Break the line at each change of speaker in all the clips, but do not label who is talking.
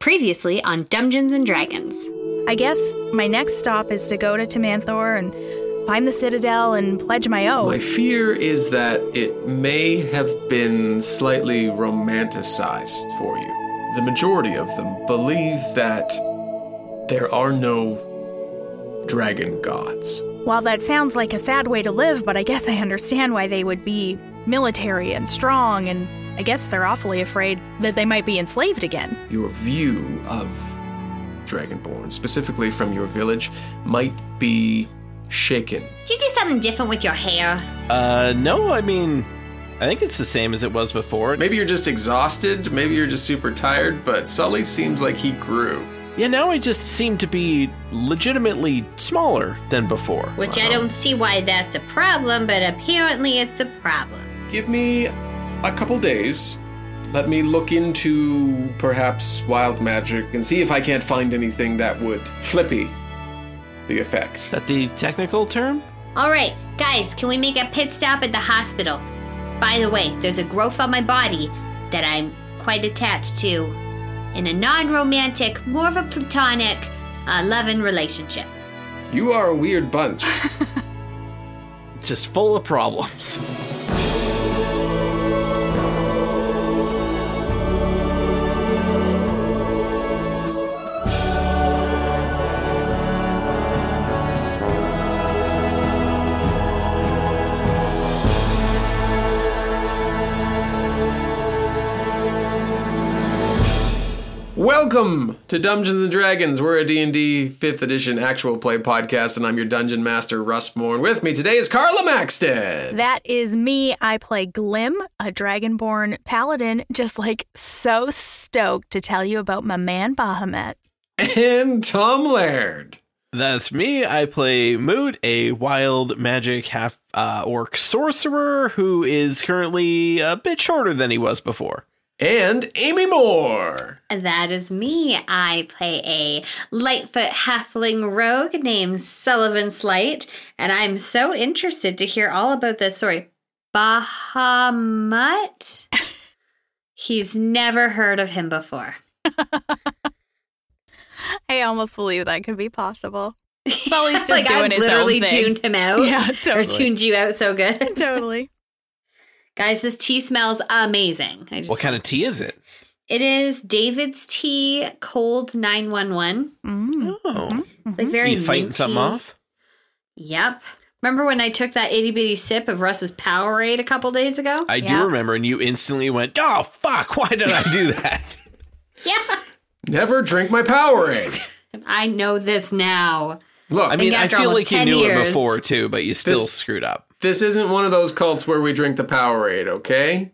Previously on Dungeons and Dragons.
I guess my next stop is to go to Timanthor and find the Citadel and pledge my oath.
My fear is that it may have been slightly romanticized for you. The majority of them believe that there are no dragon gods.
While that sounds like a sad way to live, but I guess I understand why they would be military and strong, and I guess they're awfully afraid that they might be enslaved again.
Your view of dragonborn, specifically from your village, might be shaken.
Do you do something different with your hair?
Uh, no, I mean, I think it's the same as it was before.
Maybe you're just exhausted, maybe you're just super tired, but Sully seems like he grew.
Yeah, now I just seem to be legitimately smaller than before.
Which I don't see why that's a problem, but apparently it's a problem.
Give me a couple days. Let me look into perhaps wild magic and see if I can't find anything that would flippy the
Is
effect.
that the technical term?
All right, guys, can we make a pit stop at the hospital? By the way, there's a growth on my body that I'm quite attached to in a non romantic, more of a platonic, uh, loving relationship.
You are a weird bunch.
Just full of problems.
Welcome to Dungeons and Dragons. We're a D&D 5th edition actual play podcast and I'm your dungeon master Russ Moore. And with me today is Carla Maxted.
That is me. I play Glim, a dragonborn paladin, just like so stoked to tell you about my man Bahamut.
And Tom Laird.
That's me. I play Moot, a wild magic half uh, orc sorcerer who is currently a bit shorter than he was before.
And Amy Moore.
That is me. I play a Lightfoot halfling rogue named Sullivan Slight, and I'm so interested to hear all about this story. Bahamut? He's never heard of him before.
I almost believe that could be possible. Sully's just
like
doing
I've
his own
literally
thing.
tuned him out.
Yeah,
Or
totally.
tuned you out so good.
totally.
Guys, this tea smells amazing. I just
What kind of tea is it?
It is David's tea cold 911.
Mm.
Oh,
It's like very
you fighting something
minty.
off?
Yep. Remember when I took that itty bitty sip of Russ's Powerade a couple days ago?
I
Yeah.
do remember, and you instantly went, "Oh fuck! Why did I do that?"
yeah.
Never drink my Powerade.
I know this now.
Look,
I mean, I
after
feel
almost 10
like you knew it
years-
before too, but you still
This-
screwed up.
this isn't one of those cults where we drink the Powerade, okay?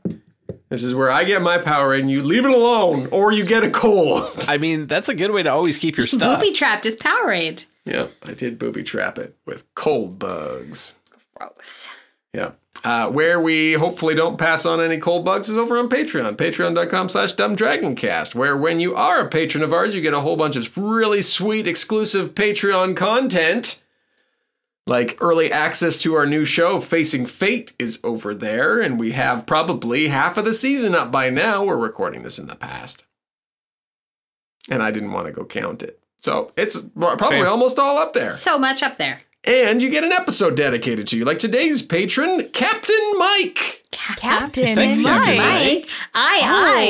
This is where I get my Powerade and you leave it alone or you get a cold.
I mean, that's a good way to always keep your
Uh.
stuff.
Booby trapped is Powerade.
yeah, I did booby trap it with cold bugs.
Gross.
Yeah. Uh, where we hopefully don't pass on any cold bugs is over on Patreon, patreon.com slash dumbdragoncast, where when you are a patron of ours, you get a whole bunch of really sweet exclusive Patreon content. Like early access to our new show, Facing Fate, is over there, and we have probably half of the season up by now. We're recording this in the past. And I didn't want to go count it. So it's probably
fair.
almost all up there.
So much up there.
And you get an episode dedicated to you, like today's patron, Captain Mike.
Captain
Thanks,
Mike.
Captain
Mike. Aye,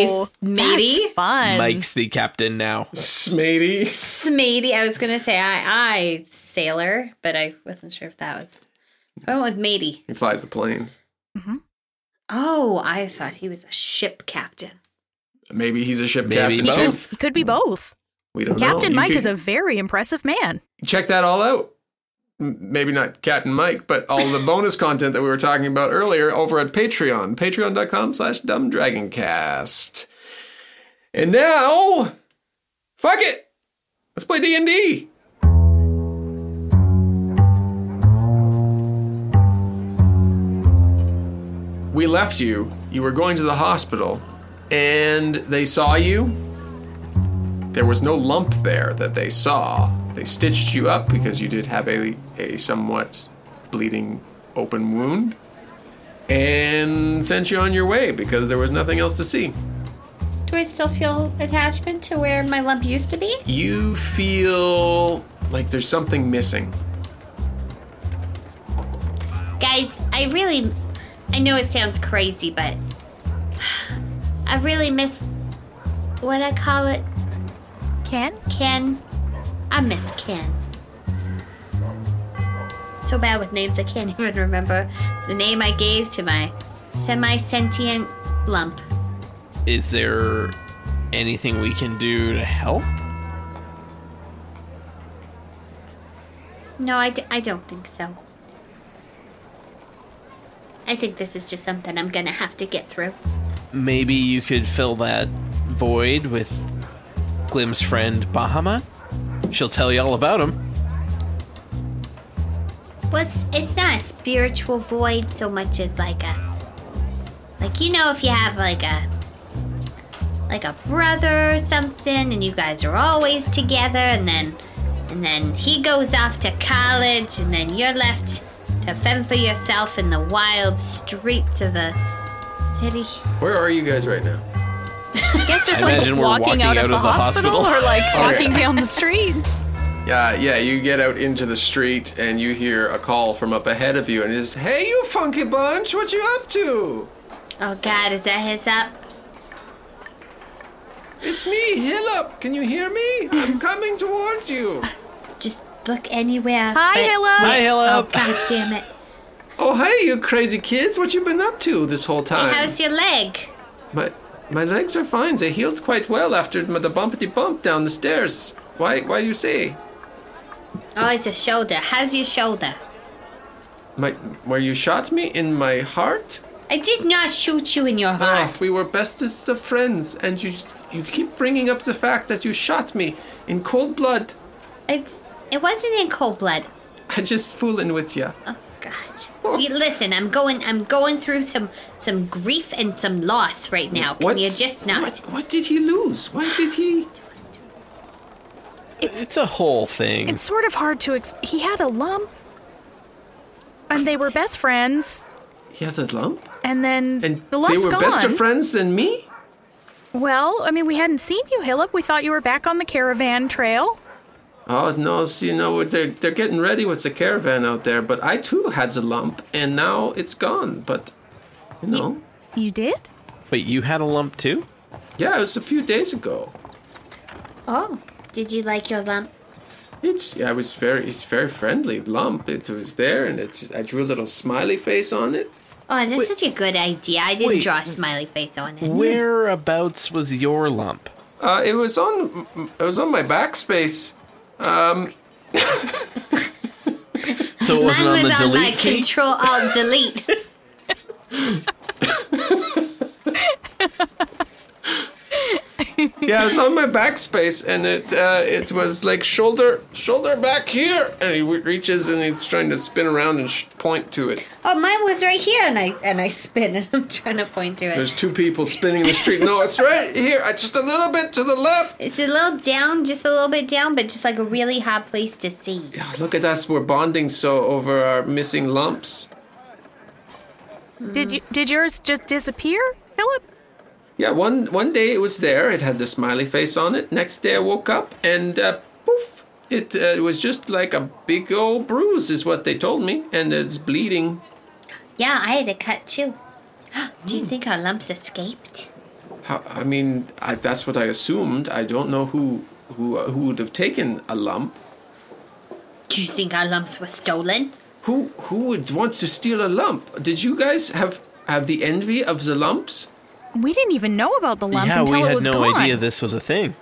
Oh,
aye, matey.
That's fun.
Mike's the captain now.
Smatey.
Smatey. I was going to say aye, aye, sailor, but I wasn't sure if that was I went with Matey.
He flies the planes.
Oh, I thought he was a ship captain.
Maybe he's a ship
Maybe
captain. too.
both.
It could be both.
We don't know.
Captain
You
Mike
could
is a very impressive man.
check that all out. M- Maybe not Captain Mike, but all the bonus content that we were talking about earlier over at Patreon, patreon.com slash dumbdragoncast. And now, fuck it. Let's play D&D. We left you. You were going to the hospital, and they saw you, there was no lump there that they saw. They stitched you up because you did have a, a somewhat bleeding open wound and sent you on your way because there was nothing else to see.
Do I still feel attachment to where my lump used to be?
You feel like there's something missing.
Guys, I really. I know it sounds crazy, but. I really miss. What I call it?
Ken?
Ken. I miss Ken. So bad with names, I can't even remember the name I gave to my semi sentient lump.
Is there anything we can do to help?
No, I, d- I don't think so. I think this is just something I'm gonna have to get through.
Maybe you could fill that void with Glim's friend Bahama. She'll tell you all about him.
Well, it's, it's not a spiritual void so much as like a, like you know, if you have like a, like a brother or something, and you guys are always together, and then, and then he goes off to college, and then you're left to fend for yourself in the wild streets of the city.
Where are you guys right now?
I guess just
I
like
imagine
walking,
we're walking
out, of the, hospital, or like walking down the street.
Uh, yeah, you get out into the street and you hear a call from up ahead of you and it's, Hey, you funky bunch, what you up to?
Oh God, is that his up?
It's me, Hillop. Can you hear me? I'm coming towards you.
Just look anywhere.
Hi,
but-
Hilla.
Hi,
Oh
Hillip.
God damn it!
Oh, hey, you crazy kids! What you been up to this whole time?
How's your leg?
my my legs are fine. They healed quite well after m- the bumpity bump down the stairs. Why why you say?
Oh, it's a shoulder. How's your shoulder?
My where you shot me in my heart?
I did not shoot you in your
Ah,
heart.
we were bestest of friends, and you you keep bringing up the fact that you shot me in cold blood.
It's, it wasn't in cold blood.
I just fooling with ya.
Oh God! You- listen, I'm going. I'm going through some some grief and some loss right now. Can you
What's-
just not?
What, what did he lose? Why did he?
It's, a whole thing.
It's sort of hard to. Ex- he had a lump, and they were best friends,
He had a lump.
and then
And
the
they
lump's
were
gone.
best of friends than me.
Well, I mean, we hadn't seen you, Hillip. We thought you were back on the caravan trail.
Oh no! So you know they're they're getting ready with the caravan out there, but I too had a lump, and now it's gone. But you know,
You did?
Wait, you had a lump too?
yeah, it was a few days ago.
Oh, did you like your lump?
It's yeah, it was very it's very friendly lump. It was there, and it's I drew a little smiley face on it.
Oh, that's
Wait.
such a good idea. I didn't
Wait.
draw a smiley face on it.
Whereabouts was your lump?
Uh, it was on it was on my backspace.
So it
Mine
wasn't on the
was on my
delete key?
control alt delete.
Yeah, it was on my backspace, and it uh, it was like shoulder shoulder back here, and he re- reaches and he's trying to spin around and sh- point to it.
oh, mine was right here, and I and I spin, and I'm trying to point to it.
There's two people spinning in the street. No, it's right here. I just a little bit to the left.
it's a little down, just a little bit down, but just like a really hot place to see.
Oh, Look at us, we're bonding so over our missing lumps.
Did you? Did yours just disappear, Hillip?
Yeah, one one day it was there, it had the smiley face on it. Next day I woke up and uh, poof, it uh, was just like a big old bruise, is what they told me, and it's bleeding.
Yeah, I had a cut too. Do
Hmm.
you think our lumps escaped?
How, I mean, I, that's what I assumed. I don't know who who who would have taken a lump.
Do you think our lumps were stolen?
Who who would want to steal a lump? Did you guys have have the envy of the lumps?
We didn't even know about the lump
yeah,
until
we
it
had
was
no
gone.
idea this was a thing.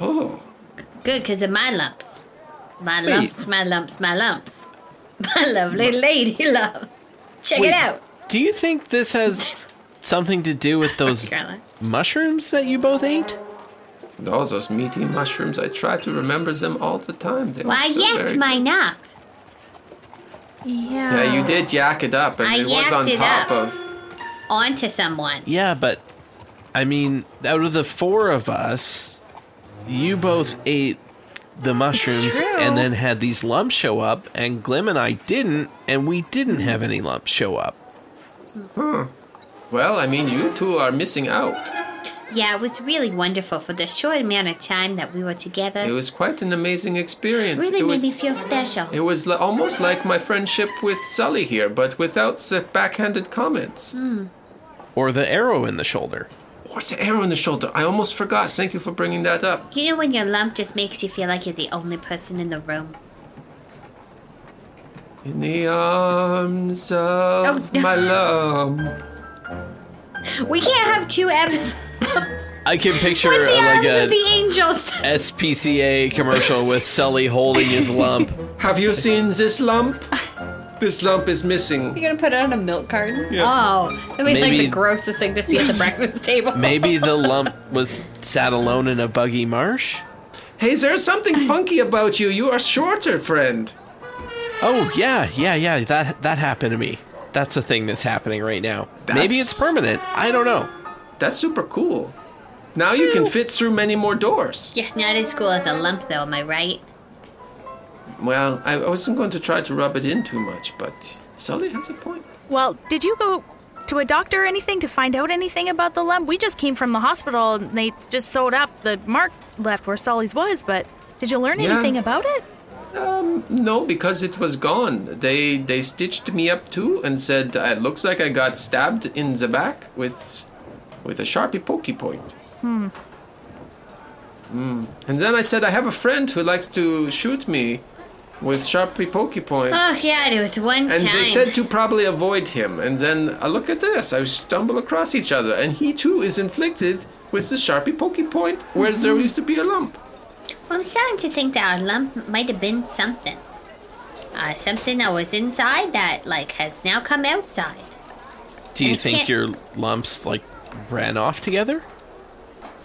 Oh,
Good, because of my lumps. My
Wait.
lumps, my lumps, my lumps. My lovely lady lumps. Check
Wait,
it out.
Do you think this has something to do with those
Carolyn.
mushrooms that you both ate?
all those meaty mushrooms! I try to remember them all the time. They
Why
were so
yacked
very-
mine up?
Yeah.
Yeah, you did yak it up, and
uh, I
it was
yacked
on
it
top
up.
of.
Onto someone.
Yeah, but I mean, out of the four of us, you both ate the mushrooms
true.
and then had these lumps show up, and Glim and I didn't, and we didn't have any lumps show up.
Well, I mean, you two are missing out.
Yeah, it was really wonderful for the short amount of time that we were together.
It was quite an amazing experience.
Uh, really
it
made
was,
me feel special.
It was li- almost like my friendship with Sully here, but without the backhanded comments.
Hmm.
Or the arrow in the shoulder.
What's the arrow in the shoulder? I almost forgot. Thank you for bringing that up.
you know when your lump just makes you feel like you're the only person in the room?
In the arms of
Oh.
my love.
We can't have two episodes
I can picture
Oh
with the
uh, like
arms
a
of the angels.
SPCA commercial with Sully holding his lump.
Have you seen this lump? this lump is missing.
You're gonna put it on a milk carton?
Yeah.
Oh, that would be like
Maybe-
the grossest thing to see at the breakfast table.
Maybe the lump was sat alone in a buggy marsh.
Hey, there's something funky about you. You are shorter, friend.
Oh yeah, yeah, yeah. That that happened to me. That's a thing that's happening right now. Maybe it's
That's-
permanent. I don't know.
That's super cool. Now you can fit through many more doors.
Yeah, not as cool as a lump, though. Am I right?
Well, I I wasn't going to try to rub it in too much, but Sully has a point.
Well, did you go to a doctor or anything to find out anything about the lump? We just came from the hospital and they just sewed up the mark left where Solly's was, but did you learn
Yeah.
anything about it?
Um, no, because it was gone. They they stitched me up too and said "Uh, it looks like I got stabbed in the back with with a sharpie pokey point. Hmm. Mm. And then I said I have a friend who likes to shoot me with sharpie pokey points.
Oh yeah, it was one
And
time.
they said to probably avoid him. And then uh, look at this. I stumble across each other, and he too is inflicted with the sharpie pokey point where
Mm-hmm.
there used to be a lump.
well, I'm starting to think that our lump might have been something, uh, something that was inside that like has now come outside.
Do you
I
think
can't-
your lumps like ran off together?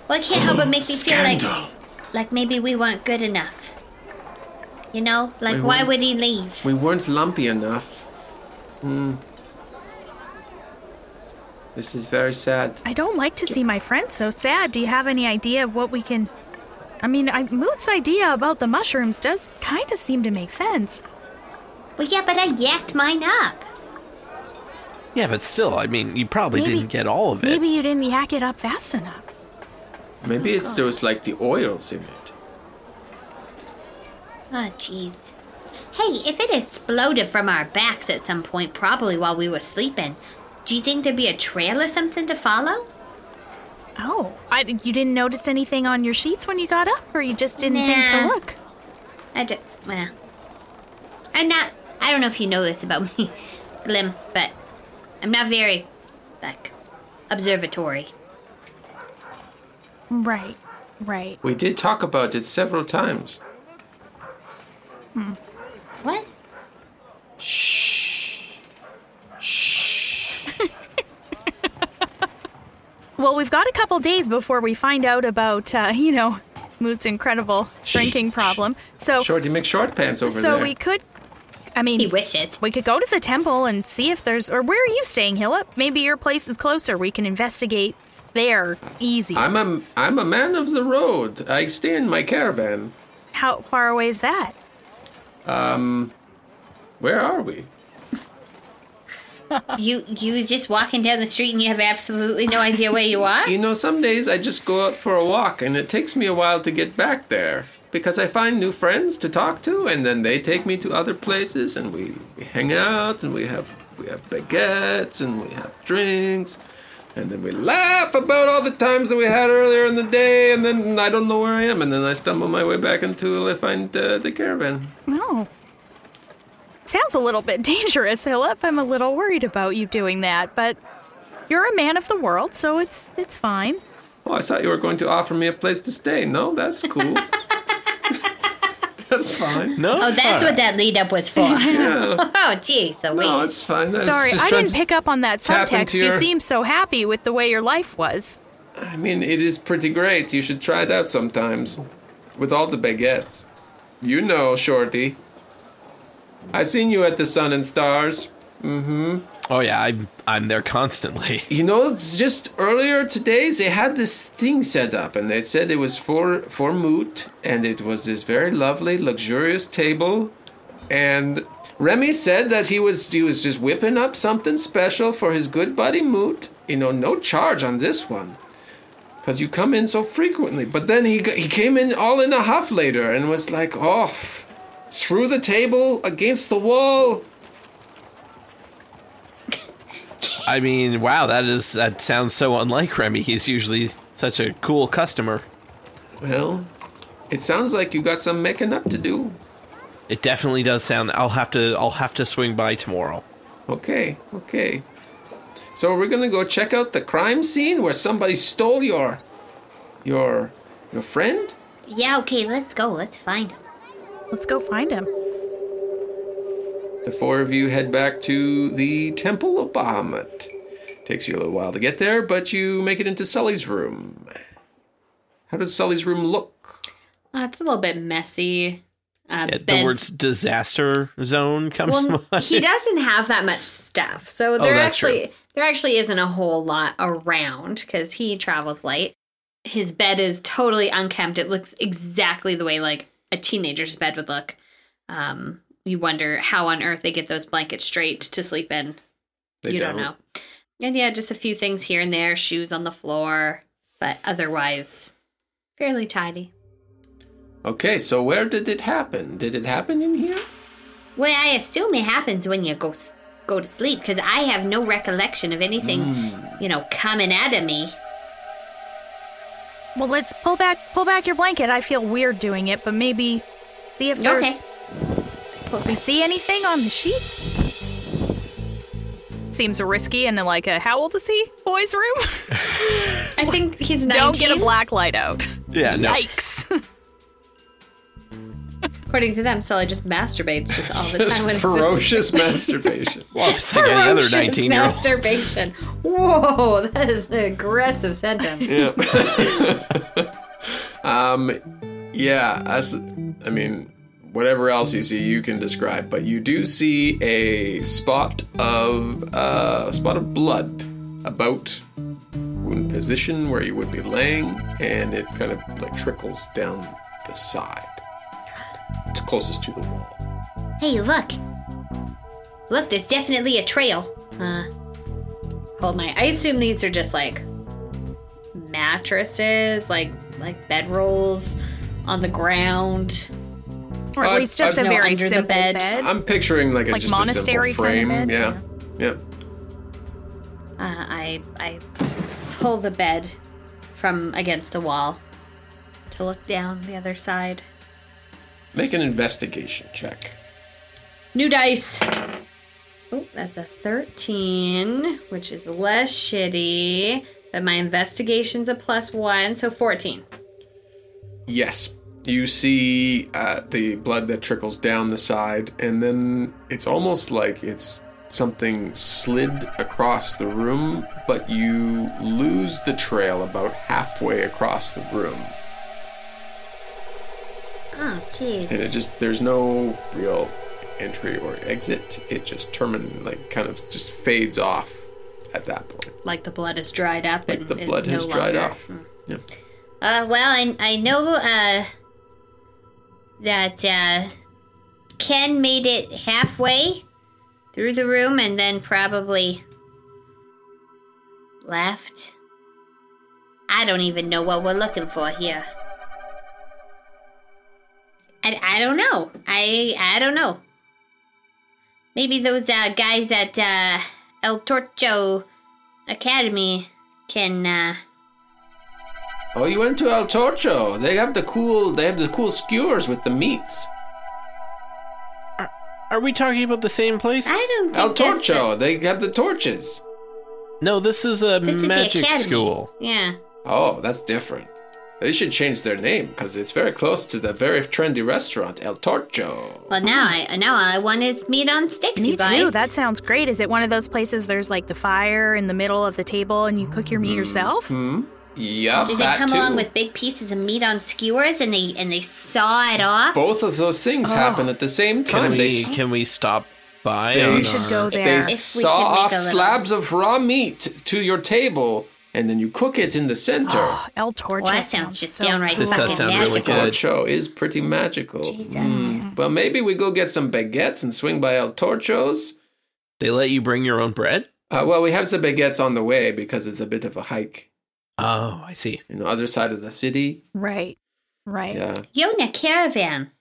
Well, it can't help but make me feel like like maybe we weren't good enough. You know, like
We
why
weren't.
would he leave?
We weren't lumpy enough. Hmm. This is very sad.
I don't like to see my friends so sad. Do you have any idea of what we can? I mean, I, Moot's idea about the mushrooms does kind of seem to make sense.
Well, yeah, but I yacked mine up.
Yeah, but still, I mean, you probably
Maybe-
didn't get all of it.
Maybe you didn't yak it up fast enough.
Maybe it's those like the oils in it.
Oh, jeez. Hey, if it exploded from our backs at some point, probably while we were sleeping, do you think there'd be a trail or something to follow?
Oh, I, you didn't notice anything on your sheets when you got up, or you just didn't think to
Nah.
look?
I do, well, I'm not. I don't know if you know this about me, Glim, but I'm not very, like, observatory.
Right, right.
We did talk about it several times.
What?
Well, we've got a couple days before we find out about, uh, you know, Moot's incredible drinking problem. So,
Shorty McShort pants over
so
there.
we could. I
He
mean,
wishes.
we could go to the temple and see if there's, or where are you staying, Hillip? Maybe your place is closer. We can investigate there easy.
I'm a I'm a man of the road. I stay in my caravan.
How far away is that?
Where are we?
You you just walking down the street and you have absolutely no idea where you are.
You know, some days I just go out for a walk and it takes me a while to get back there because I find new friends to talk to and then they take me to other places and we, we hang out and we have we have baguettes and we have drinks and then we laugh about all the times that we had earlier in the day and then I don't know where I am and then I stumble my way back until I find uh, the caravan.
No. sounds a little bit dangerous, Hillip. I'm a little worried about you doing that, but you're a man of the world, so it's it's fine.
Oh, I thought you were going to offer me a place to stay. No, that's cool. that's fine.
No.
Oh, that's what that lead up was for.
Yeah.
oh, gee, the wait.
No, it's fine. That's
Sorry,
just
I
trying
didn't
to-
pick up on that
tap into
subtext. You
your-
seem so happy with the way your life was.
I mean, it is pretty great. You should try it out sometimes. With all the baguettes. You know, Shorty. I seen you at the Sun and Stars.
Oh yeah, I'm I'm there constantly.
You know, it's just earlier today they had this thing set up, and they said it was for for moot, and it was this very lovely, luxurious table, and Remy said that he was he was just whipping up something special for his good buddy Moot. You know, no charge on this one, cause you come in so frequently. But then he g- he came in all in a huff later and was like, oh, through the table against the wall.
I mean, wow, that is that sounds so unlike Remy. He's usually such a cool customer.
Well, it sounds like you got some making up to do.
It definitely does sound. I'll have to I'll have to swing by tomorrow.
Okay, okay. So we're gonna go check out the crime scene where somebody stole your, your, your friend.
Yeah, okay, let's go. Let's find him.
Let's go find him.
The four of you head back to the Temple of Bahamut. Takes you a little while to get there, but you make it into Sully's room. How does Sully's room look?
Uh, it's a little bit messy. Uh,
Yeah, the
Ben's-
words disaster zone comes to
Well,
mind.
he doesn't have that much stuff, so there
Oh, that's
actually there actually isn't a whole lot around because he travels light. His bed is totally unkempt. It looks exactly the way like a teenager's bed would look. Um, you wonder how on earth they get those blankets straight to sleep in.
They
you don't. know. And yeah, just a few things here and there, shoes on the floor, but otherwise fairly tidy.
Okay, so where did it happen? Did it happen in here?
Well, I assume it happens when you go go to sleep because I have no recollection of anything, you know, coming out of me.
Well, let's pull back pull back your blanket. I feel weird doing it, but maybe see if there's we see anything on the sheets. Seems risky and like a how old is he? Boy's room.
I think he's 19.
Don't get a black light out.
yeah, no.
Yikes.
According to them, Sully just masturbates just all the
Just
time. When he's-
ferocious masturbation.
Well, it's like any other
Ferocious
nineteen year old.
masturbation. Whoa, that is an aggressive sentence.
Um, Yeah, as I mean, whatever else you see, you can describe, but you do see a spot of uh, a spot of blood about wound position where you would be laying, and it kind of like trickles down the side. It's closest to the wall.
Hey, look. Look, there's definitely a trail. Uh, hold my. I assume these are just like mattresses, like like bedrolls on the ground.
or at
I've-
least just
I've-
a
No,
very
under the
simple
bed.
bed.
I'm picturing like,
Like
a, just
monastery
a
kind
simple
of
frame.
bed,
yeah. Yep.
Uh, I I pull the bed from against the wall to look down the other side.
Make an investigation check.
New dice. Oh, that's a 13, which is less shitty. But my investigation's a plus one, so 14.
Yes. You see uh, the blood that trickles down the side, and then it's almost like it's something slid across the room, but you lose the trail about halfway across the room.
Oh, jeez.
And it just, there's no real entry or exit. It just termin, like, kind of just fades off at that point.
like the blood is dried up
Like
and
the
it's
blood
no
has dried
longer-
off.
Mm.
Yeah.
Uh, well, I, I know uh, that uh, Ken made it halfway through the room and then probably left. I don't even know what we're looking for here. I, I don't know. I I don't know. Maybe those uh, guys at uh, El Torcho Academy can uh,
Oh, you went to El Torcho. They have the cool, they have the cool skewers with the meats.
Are we talking about the same place?
I don't
El
think that's the-
Torcho. They have the torches.
No, this is a
This is the
magic
academy.
school.
Yeah.
Oh, that's different. They should change their name because it's very close to the very trendy restaurant El Torcho.
Well, now I now all I want is meat on sticks,
Me
you guys.
too. That sounds great. Is it one of those places there's like the fire in the middle of the table and you cook your meat yourself?
Hmm. Yup.
Did they
that
come
too.
along with big pieces of meat on skewers and they and they saw it off?
Both of those
Oh.
things happen at the same
Can
time.
we
they s-
can we stop by?
they,
on
We should
s-
go
our-
there.
they
If we could
saw
make a
off
little-
slabs of raw meat to your table, and then you cook it in the center.
Oh, El Torcho.
Well, that sounds just downright
This does
fucking
sound really
Oh, magical.
good.
Torcho is pretty magical.
Jesus.
Mm. Well, maybe we go get some baguettes and swing by El Torcho's.
They let you bring your own bread?
Uh, well, we have some baguettes on the way because it's a bit of a hike.
Oh, I see.
You know, other side of the city.
Right. Right.
Yeah.
Yona caravan.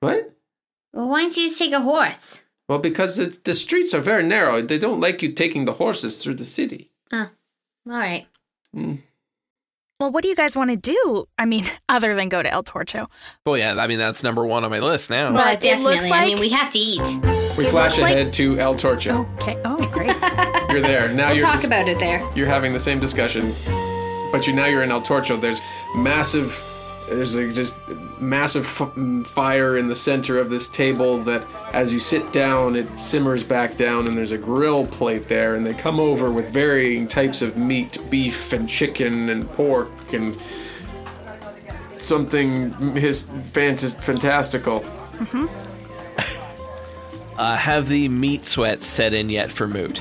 What?
Well, why don't you just take a horse?
Well, because it, the streets are very narrow. They don't like you taking the horses through the city.
Oh, all right.
Mm.
Well, what do you guys want to do? I mean, other than go to El Torcho.
Well, yeah, I mean that's number one on my list now.
Well,
Well,
it
definitely.
looks
I mean,
like-
we have to eat.
We flash
looks like-
ahead to El Torcho.
Okay. Oh, great.
You're there. Now
We'll
you're
talk about it there.
you're having the same discussion, but you now you're in El Torcho. There's massive, there's like just massive f- fire in the center of this table that, as you sit down, it simmers back down, and there's a grill plate there, and they come over with varying types of meat, beef and chicken and pork and something his fantas- fantastical.
Uh, have the meat sweat set in yet for Moot?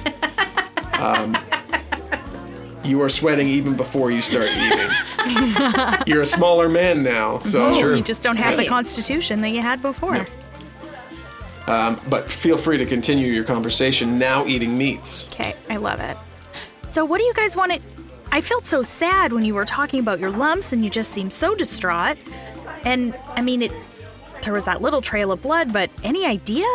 You are sweating even before you start eating. you're a smaller man now, so
Oh, You just don't have
great.
the constitution that you had before.
But feel free to continue your conversation now eating meats.
Okay, I love it. So, what do you guys want to? I felt so sad when you were talking about your lumps, and you just seemed so distraught. And I mean, it. There was that little trail of blood, but any idea?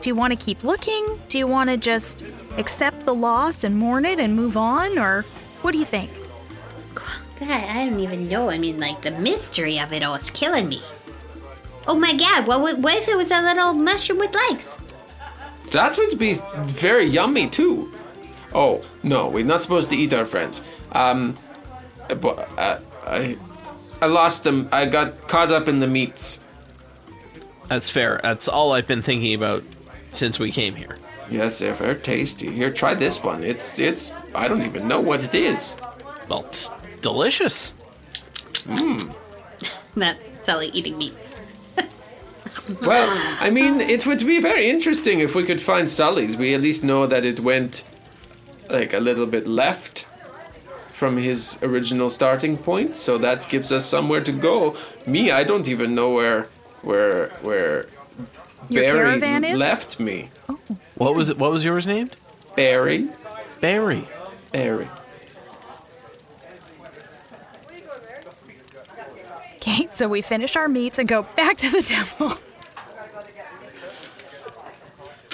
Do you want to keep looking? Do you want to just accept the loss and mourn it and move on, or what do you think?
God, I don't even know. I mean, like the mystery of it all is killing me. Oh my God! What would- what if it was a little mushroom with legs?
That would be very yummy too. Oh no, we're not supposed to eat our friends. Um, but uh, I, I lost them. I got caught up in the meats.
That's fair. That's all I've been thinking about since we came here.
Yes, they're very tasty. Here, try this one. It's it's. I don't even know what it is.
Well, t- delicious.
That's Sully eating meats.
Well, I mean, it would be very interesting if we could find Sully's. We at least know that it went like a little bit left from his original starting point, so that gives us somewhere to go. Me, I don't even know where where where
Your
Barry
caravan is?
left me.
What was it? What was yours named?
Barry,
Barry.
Barry.
Okay, so we finish our meats and go back to the temple.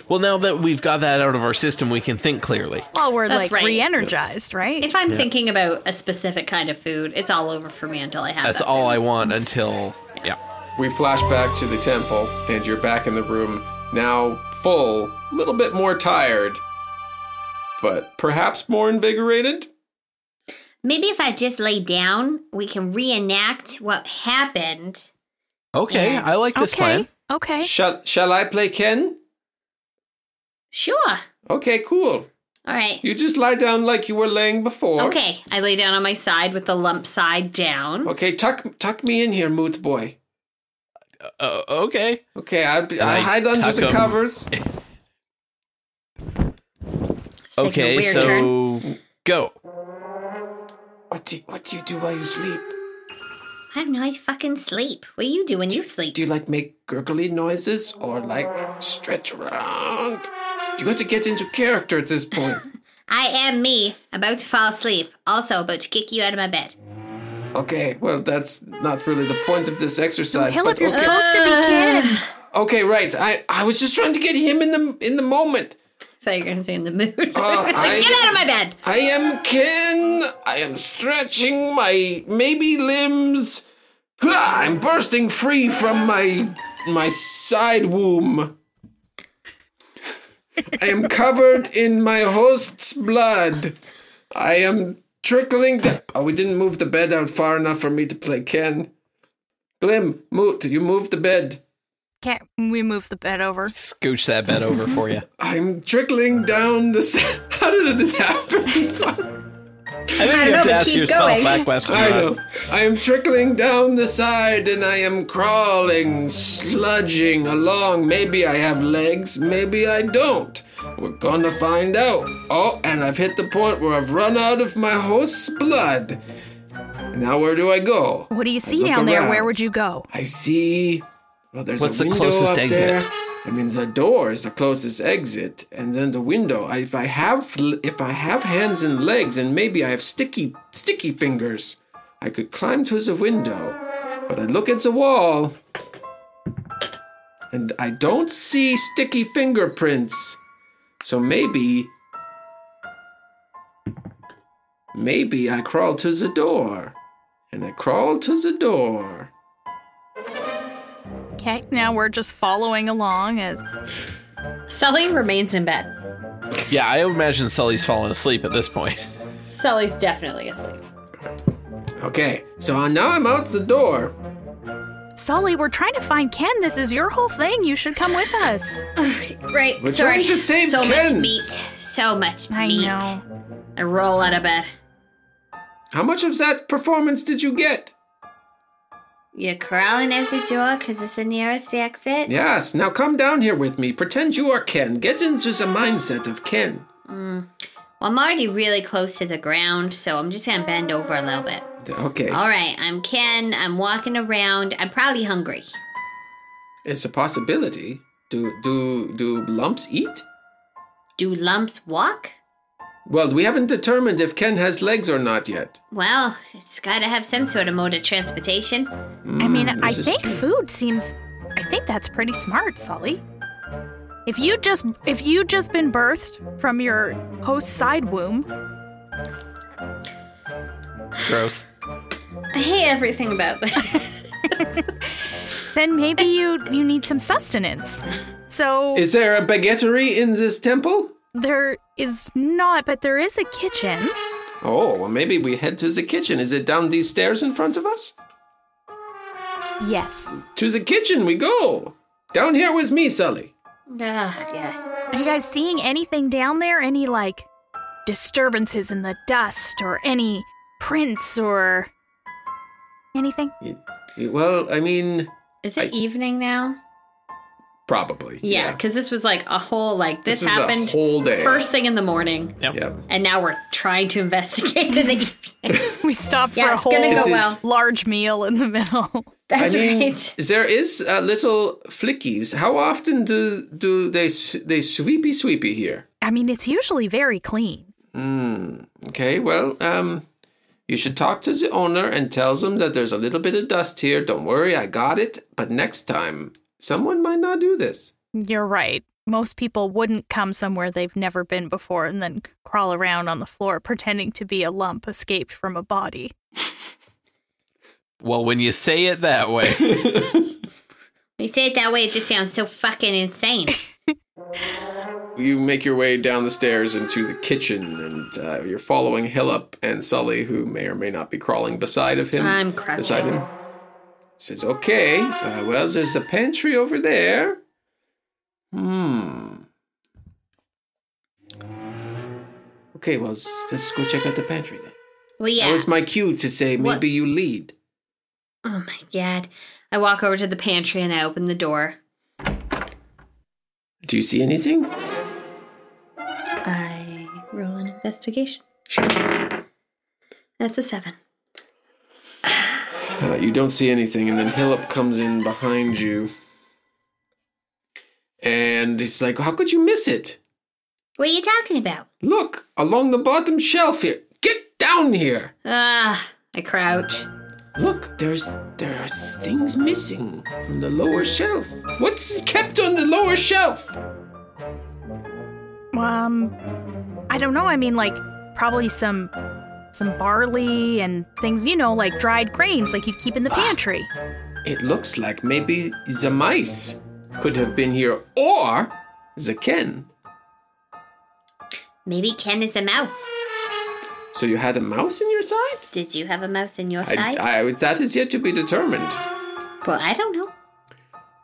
Well, now that we've got that out of our system, we can think clearly.
While we're
That's
like
right.
re-energized, right?
If I'm thinking about a specific kind of food, it's all over for me until I have.
That's
that
all I
food.
want until yeah.
We flash back to the temple, and you're back in the room, now full, a little bit more tired, but perhaps more invigorated.
Maybe if I just lay down, we can reenact what happened.
Okay,
Yeah.
I like this
okay.
plan.
Okay.
Shall Shall I play Ken?
Sure. All
Okay, cool.
right.
You just lie down like you were laying before.
Okay. I lay down on my side with the lump side down.
Okay, tuck tuck me in here, moot boy.
Uh, okay.
Okay, I, I
I
hide under
tuck
the
'em?
covers.
It's taking a
Okay,
weird
so
turn.
go.
What do you, what do you do while you sleep?
I have no fucking sleep. What do you do when you sleep?
Do you like make gurgly noises or like stretch around? You got to get into character at this point.
I am me, about to fall asleep. Also about to kick you out of my bed.
okay, well that's not really the point of this exercise.
Philip,
but
you're
okay,
supposed to be kid.
okay, right. I I was just trying to get him in the in the moment.
So you're gonna say in the mood. It's like,
Oh, I-
get out of my bed.
I am Ken. I am stretching my maybe limbs. Ah, I'm bursting free from my my side womb. I am covered in my host's blood. I am trickling down. Oh, we didn't move the bed out far enough for me to play Ken. Glim, Moot, you moved the bed.
Can't we move the bed over?
Scooch that bed over for you.
I'm trickling down the. s- How did this happen?
I think
I
you
don't
have
know,
to
but
ask
keep
yourself
going.
that question.
I know.
Roz.
I am trickling down the side and I am crawling, sludging along. Maybe I have legs, maybe I don't. We're gonna find out. Oh, and I've hit the point where I've run out of my host's blood. Now where do I go?
What do you see
look
down there? Where
around.
would you go?
I see. Well, there's
What's
a
the
window
closest
up
exit?
There. I mean, the door is the closest exit, and then the window. I, if I have, l- if I have hands and legs, and maybe I have sticky, sticky fingers, I could climb to the window. But I look at the wall, and I don't see sticky fingerprints. So maybe, maybe I crawl to the door, and I crawl to the door.
Okay, now we're just following along as
Sully remains in bed.
Yeah, I imagine Sully's fallen asleep at this point.
Sully's definitely asleep.
Okay, so I- now I'm out the door.
Sully, we're trying to find Ken. This is your whole thing. You should come with us.
Right.
We're
sorry.
trying to save
so
Ken's.
much meat. So much
I
meat.
know.
I roll out of bed.
How much of that performance did you get?
You're crawling out the door because it's the nearest exit.
Yes, now come down here with me. Pretend you are Ken. Get into the mindset of Ken.
Well, I'm already really close to the ground, so I'm just gonna bend over a little bit.
Okay.
All right, I'm Ken. I'm walking around. I'm probably hungry.
It's a possibility. Do do do lumps eat?
Do lumps walk?
Well, we haven't determined if Ken has legs or not yet.
Well, it's gotta have some sort of mode of transportation.
I mean,
Mm,
I
this is
think
true.
food seems I think that's pretty smart, Sully. If you just if you just been birthed from your host's side womb,
Gross.
I hate everything about that.
then maybe you you need some sustenance. So
Is there a baguettery in this temple?
there is not, but there is a kitchen.
Oh, well, maybe we head to the kitchen. Is it down these stairs in front of us?
Yes.
To the kitchen we go. Down here with me, Sully.
oh, God.
Are you guys seeing anything down there? Any like disturbances in the dust or any prints or anything?
Y- y- Well, I mean,
Is it
I-
evening now?
probably.
Yeah, because this was like a whole like this,
This is a
happened
whole day.
first thing in the morning,
Yep.
Yep.
and now we're trying to investigate in the evening.
We stopped
Yeah,
for a
it's gonna
whole
go well.
large meal in the middle.
That's
I mean,
right.
There is uh, little flickies. How often do do they s- they sweepy sweepy here? Hmm.
I mean, it's usually very clean.
Okay, well, um, you should talk to the owner and tell them that there's a little bit of dust here. Don't worry, I got it. But next time, someone might not do this.
You're right. Most people wouldn't come somewhere they've never been before and then crawl around on the floor pretending to be a lump escaped from a body.
Well, when you say it that way,
You say it that way, it just sounds so fucking insane.
You make your way down the stairs into the kitchen, and uh, you're following Hillup and Sully, who may or may not be crawling beside of him.
I'm crouching.
beside him. Says, okay, uh, well, there's a pantry over there. Hmm. Okay, well, s- let's go check out the pantry then.
Well, yeah.
That was my cue to say maybe
What-
you lead.
oh my god. I walk over to the pantry and I open the door.
Do you see anything?
I roll an investigation. That's a seven.
Uh, you don't see anything, and then Hillip comes in behind you. And he's like, how could you miss it?
What are you talking about?
Look, along the bottom shelf here. Get down here!
Ah, I crouch.
Look, there's there are things missing from the lower shelf. What's kept on the lower shelf?
Um, I don't know. I mean, like probably some some barley and things, you know, like dried grains, like you'd keep in the pantry.
It looks like maybe the mice could have been here, or the Ken.
Maybe Ken is a mouse.
So you had a mouse in your side?
Did you have a mouse in your
I,
side?
I, that is yet to be determined.
well, I don't know.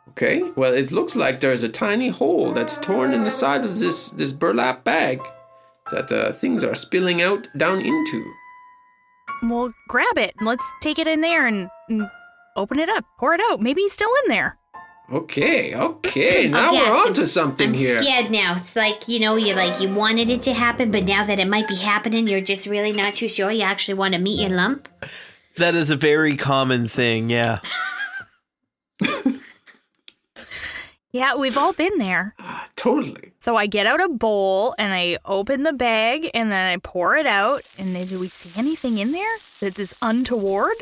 Okay. Well, it looks like there's a tiny hole that's torn in the side of this this burlap bag that uh, things are spilling out down into.
Well, grab it and let's take it in there and, and open it up, pour it out. Maybe he's still in there.
Okay. Okay. Now
Okay,
we're
actually,
onto something
I'm
here.
scared now. It's like you know, you like you wanted it to happen, but now that it might be happening, you're just really not too sure. You actually want to meet your lump.
That is a very common thing, yeah.
Yeah, we've all been there.
Totally.
So I get out a bowl and I open the bag and then I pour it out. And then do we see anything in there that is untoward?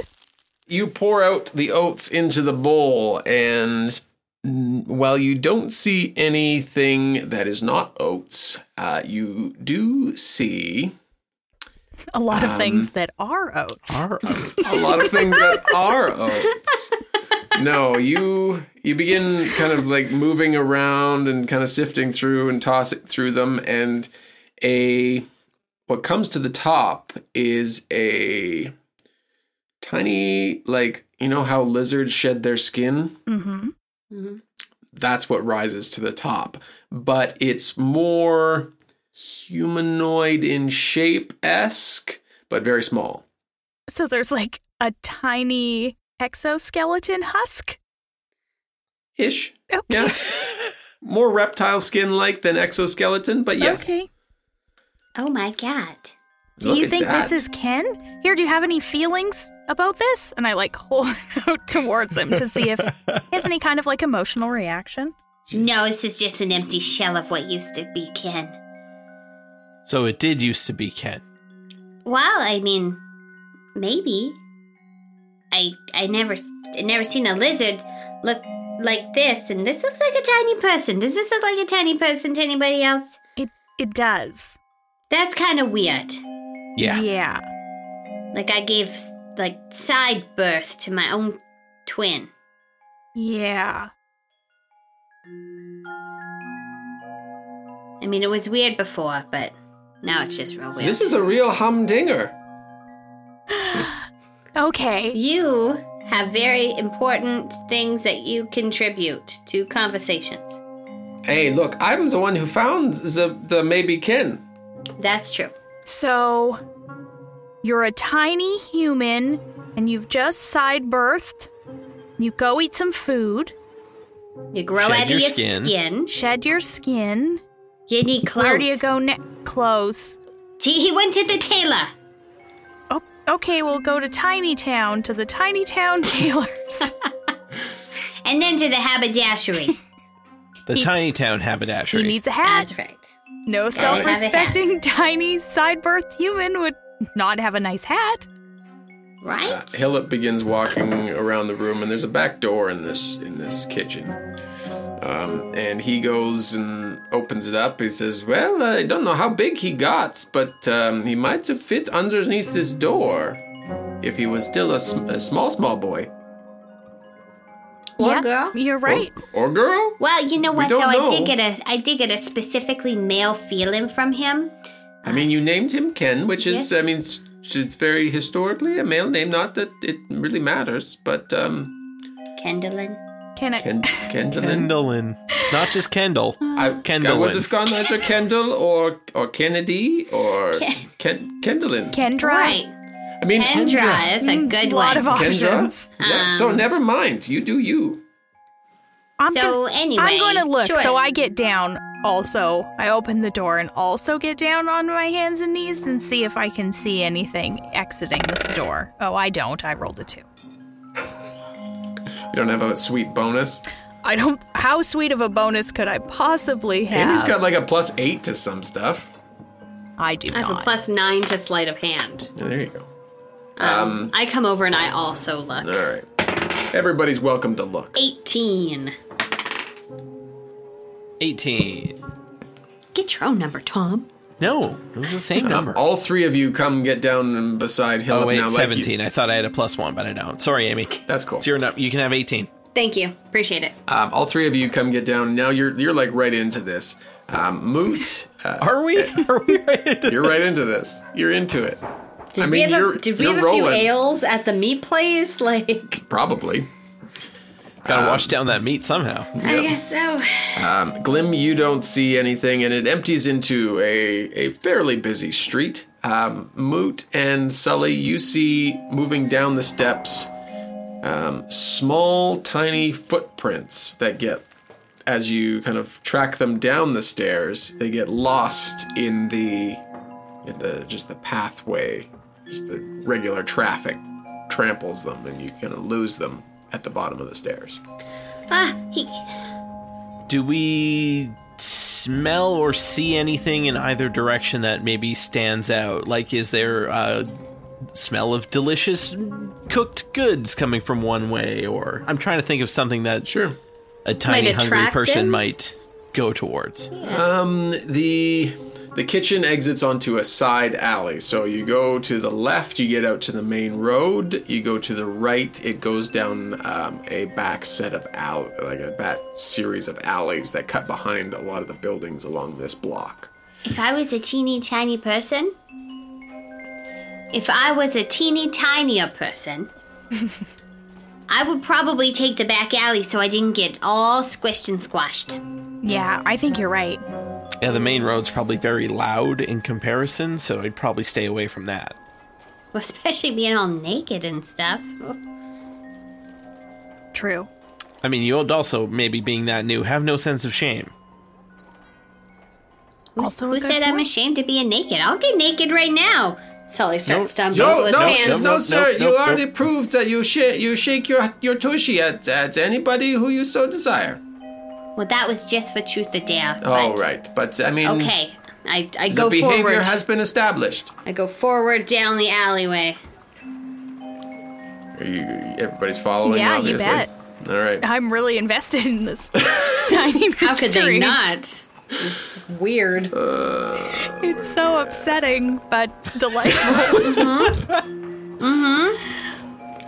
You pour out the oats into the bowl, and mm, while you don't see anything that is not oats, uh, you do see
A lot of things that are oats.
a lot of things that are oats. No, you you begin kind of like moving around and kind of sifting through and tossing through them, and a what comes to the top is a tiny like you know how lizards shed their skin.
mm-hmm.
That's what rises to the top, but it's more humanoid in shape esque, but very small.
So there's like a tiny exoskeleton husk.
Ish.
Okay.
Yeah. More reptile skin like than exoskeleton, but yes.
Okay.
Oh my god!
Do
Look
you
at
think
that.
this is Ken? Here, do you have any feelings about this? And I like hold it out towards him to see if he has any kind of like emotional reaction.
No, this is just an empty shell of what used to be Ken.
So it did used to be Ken.
Well, I mean, maybe. I I never I never seen a lizard look like this, and this looks like a tiny person. Does this look like a tiny person to anybody else?
It it does.
That's kind of weird.
Yeah.
Like I gave like side birth to my own twin.
Yeah.
I mean, it was weird before, but now it's just real weird.
This is a real humdinger.
Okay.
you have very important things that you contribute to conversations.
Hey, look, I'm the one who found the, the maybe kin.
That's true.
So you're a tiny human and you've just side birthed. You go eat some food,
You grow
Shed
out of
your
your
skin.
skin.
shed your skin.
You need clothes.
Where do you go next? Clothes.
T- he went to the tailor.
Oh, okay, we'll go to Tiny Town to the Tiny Town tailors.
And then to the haberdashery.
The
He-
tiny town haberdashery.
He needs a hat.
That's right.
No self respecting tiny side birth human would not have a nice hat.
Right?
Uh, Hillip begins walking around the room, and there's a back door in this in this kitchen. Um, and he goes and opens it up. He says, "Well, I don't know how big he got, but um, he might have fit underneath this door if he was still a, sm- a small small boy
Or girl.
You're right.
or, or girl."
Well, you know what though?
don't
I did
know.
get a I did get a specifically male feeling from him.
I mean, you named him Ken, which is,
Yes.
I mean, it's, it's very historically a male name. Not that it really matters, but um,
Kendallin.
Can I?
Ken, Kendallin.
Kendallin. Not just Kendall.
I, I
Kendallin.
would have gone either Kendall or or Kennedy or Ken, Kendallin.
Kendra?
Right.
I mean,
Kendra is
Mm,
a
A
good
lot
one.
of options.
Kendra. Yeah, so
Um,
never mind. You do you.
I'm
So
gonna,
anyway,
I'm going to look.
sure.
So I get down also. I open the door and also get down on my hands and knees and see if I can see anything exiting this door. Oh, I don't. I rolled a two.
You don't have a sweet bonus.
I don't. How sweet of a bonus could I possibly have?
Amy's got like a plus eight to some stuff.
I do
I have
not.
a plus nine to sleight of hand.
Yeah, there you go. Mm-hmm.
Um, I come over and I also look.
All right. Everybody's welcome to look.
18.
18.
Get your own number, Tom.
No, it was the same number.
All three of you come get down and beside Hillip
oh, wait,
now. like you-
17. I thought I had a plus one, but I don't. Sorry, Amy.
that's cool.
It's your number. You can have 18.
Thank you. Appreciate it.
Um, all three of you come get down. Now you're you're like right into this. Um, Moot, uh,
Are we? Are we right into
you're right into this. You're into it. I mean,
we have
you're
a, did we
you're
have a
rolling,
few ales at the meat place? Like,
probably.
Gotta wash down that meat somehow.
I guess so.
Glim, you don't see anything, and it empties into a, a fairly busy street. Um, Moot and Sully, you see moving down the steps um, small, tiny footprints that get, as you kind of track them down the stairs, they get lost in the, in the just the pathway. Just the regular traffic tramples them, and you kind of lose them at the bottom of the stairs.
Ah, he,
Do we smell or see anything in either direction that maybe stands out? Like, is there a smell of delicious cooked goods coming from one way? Or I'm trying to think of something that
Sure.
a tiny hungry
attract
person
him?
might go towards.
Um, the the kitchen exits onto a side alley. So you go to the left, you get out to the main road. You go to the right, it goes down um, a back set of alley, like a back series of alleys that cut behind a lot of the buildings along this block.
if I was a teeny tiny person, if I was a teeny tinier person, I would probably take the back alley so I didn't get all squished and squashed.
Yeah, I think you're right.
Yeah, the main road's probably very loud in comparison, so I'd probably stay away from that.
Especially being all naked and stuff.
True.
I mean, you would also, maybe being that new, have no sense of shame.
Also, a
Who
good
said I'm
point.
ashamed to be naked? I'll get naked right now. Sully starts
Nope.
stumbling with his hands.
no, no, sir, no, you no. already
proved that you sh- you shake your your tushy at, at anybody who you so desire.
Well, that was just for truth or dare.
Oh,
but-
right, but I mean,
Okay, I, I
the
go
behavior
forward.
has been established.
I go forward down the alleyway.
Are you, everybody's following.
Yeah, you
obviously.
bet.
All right.
I'm really invested in this tiny mystery.
How could they not? It's weird.
It's so upsetting, but delightful.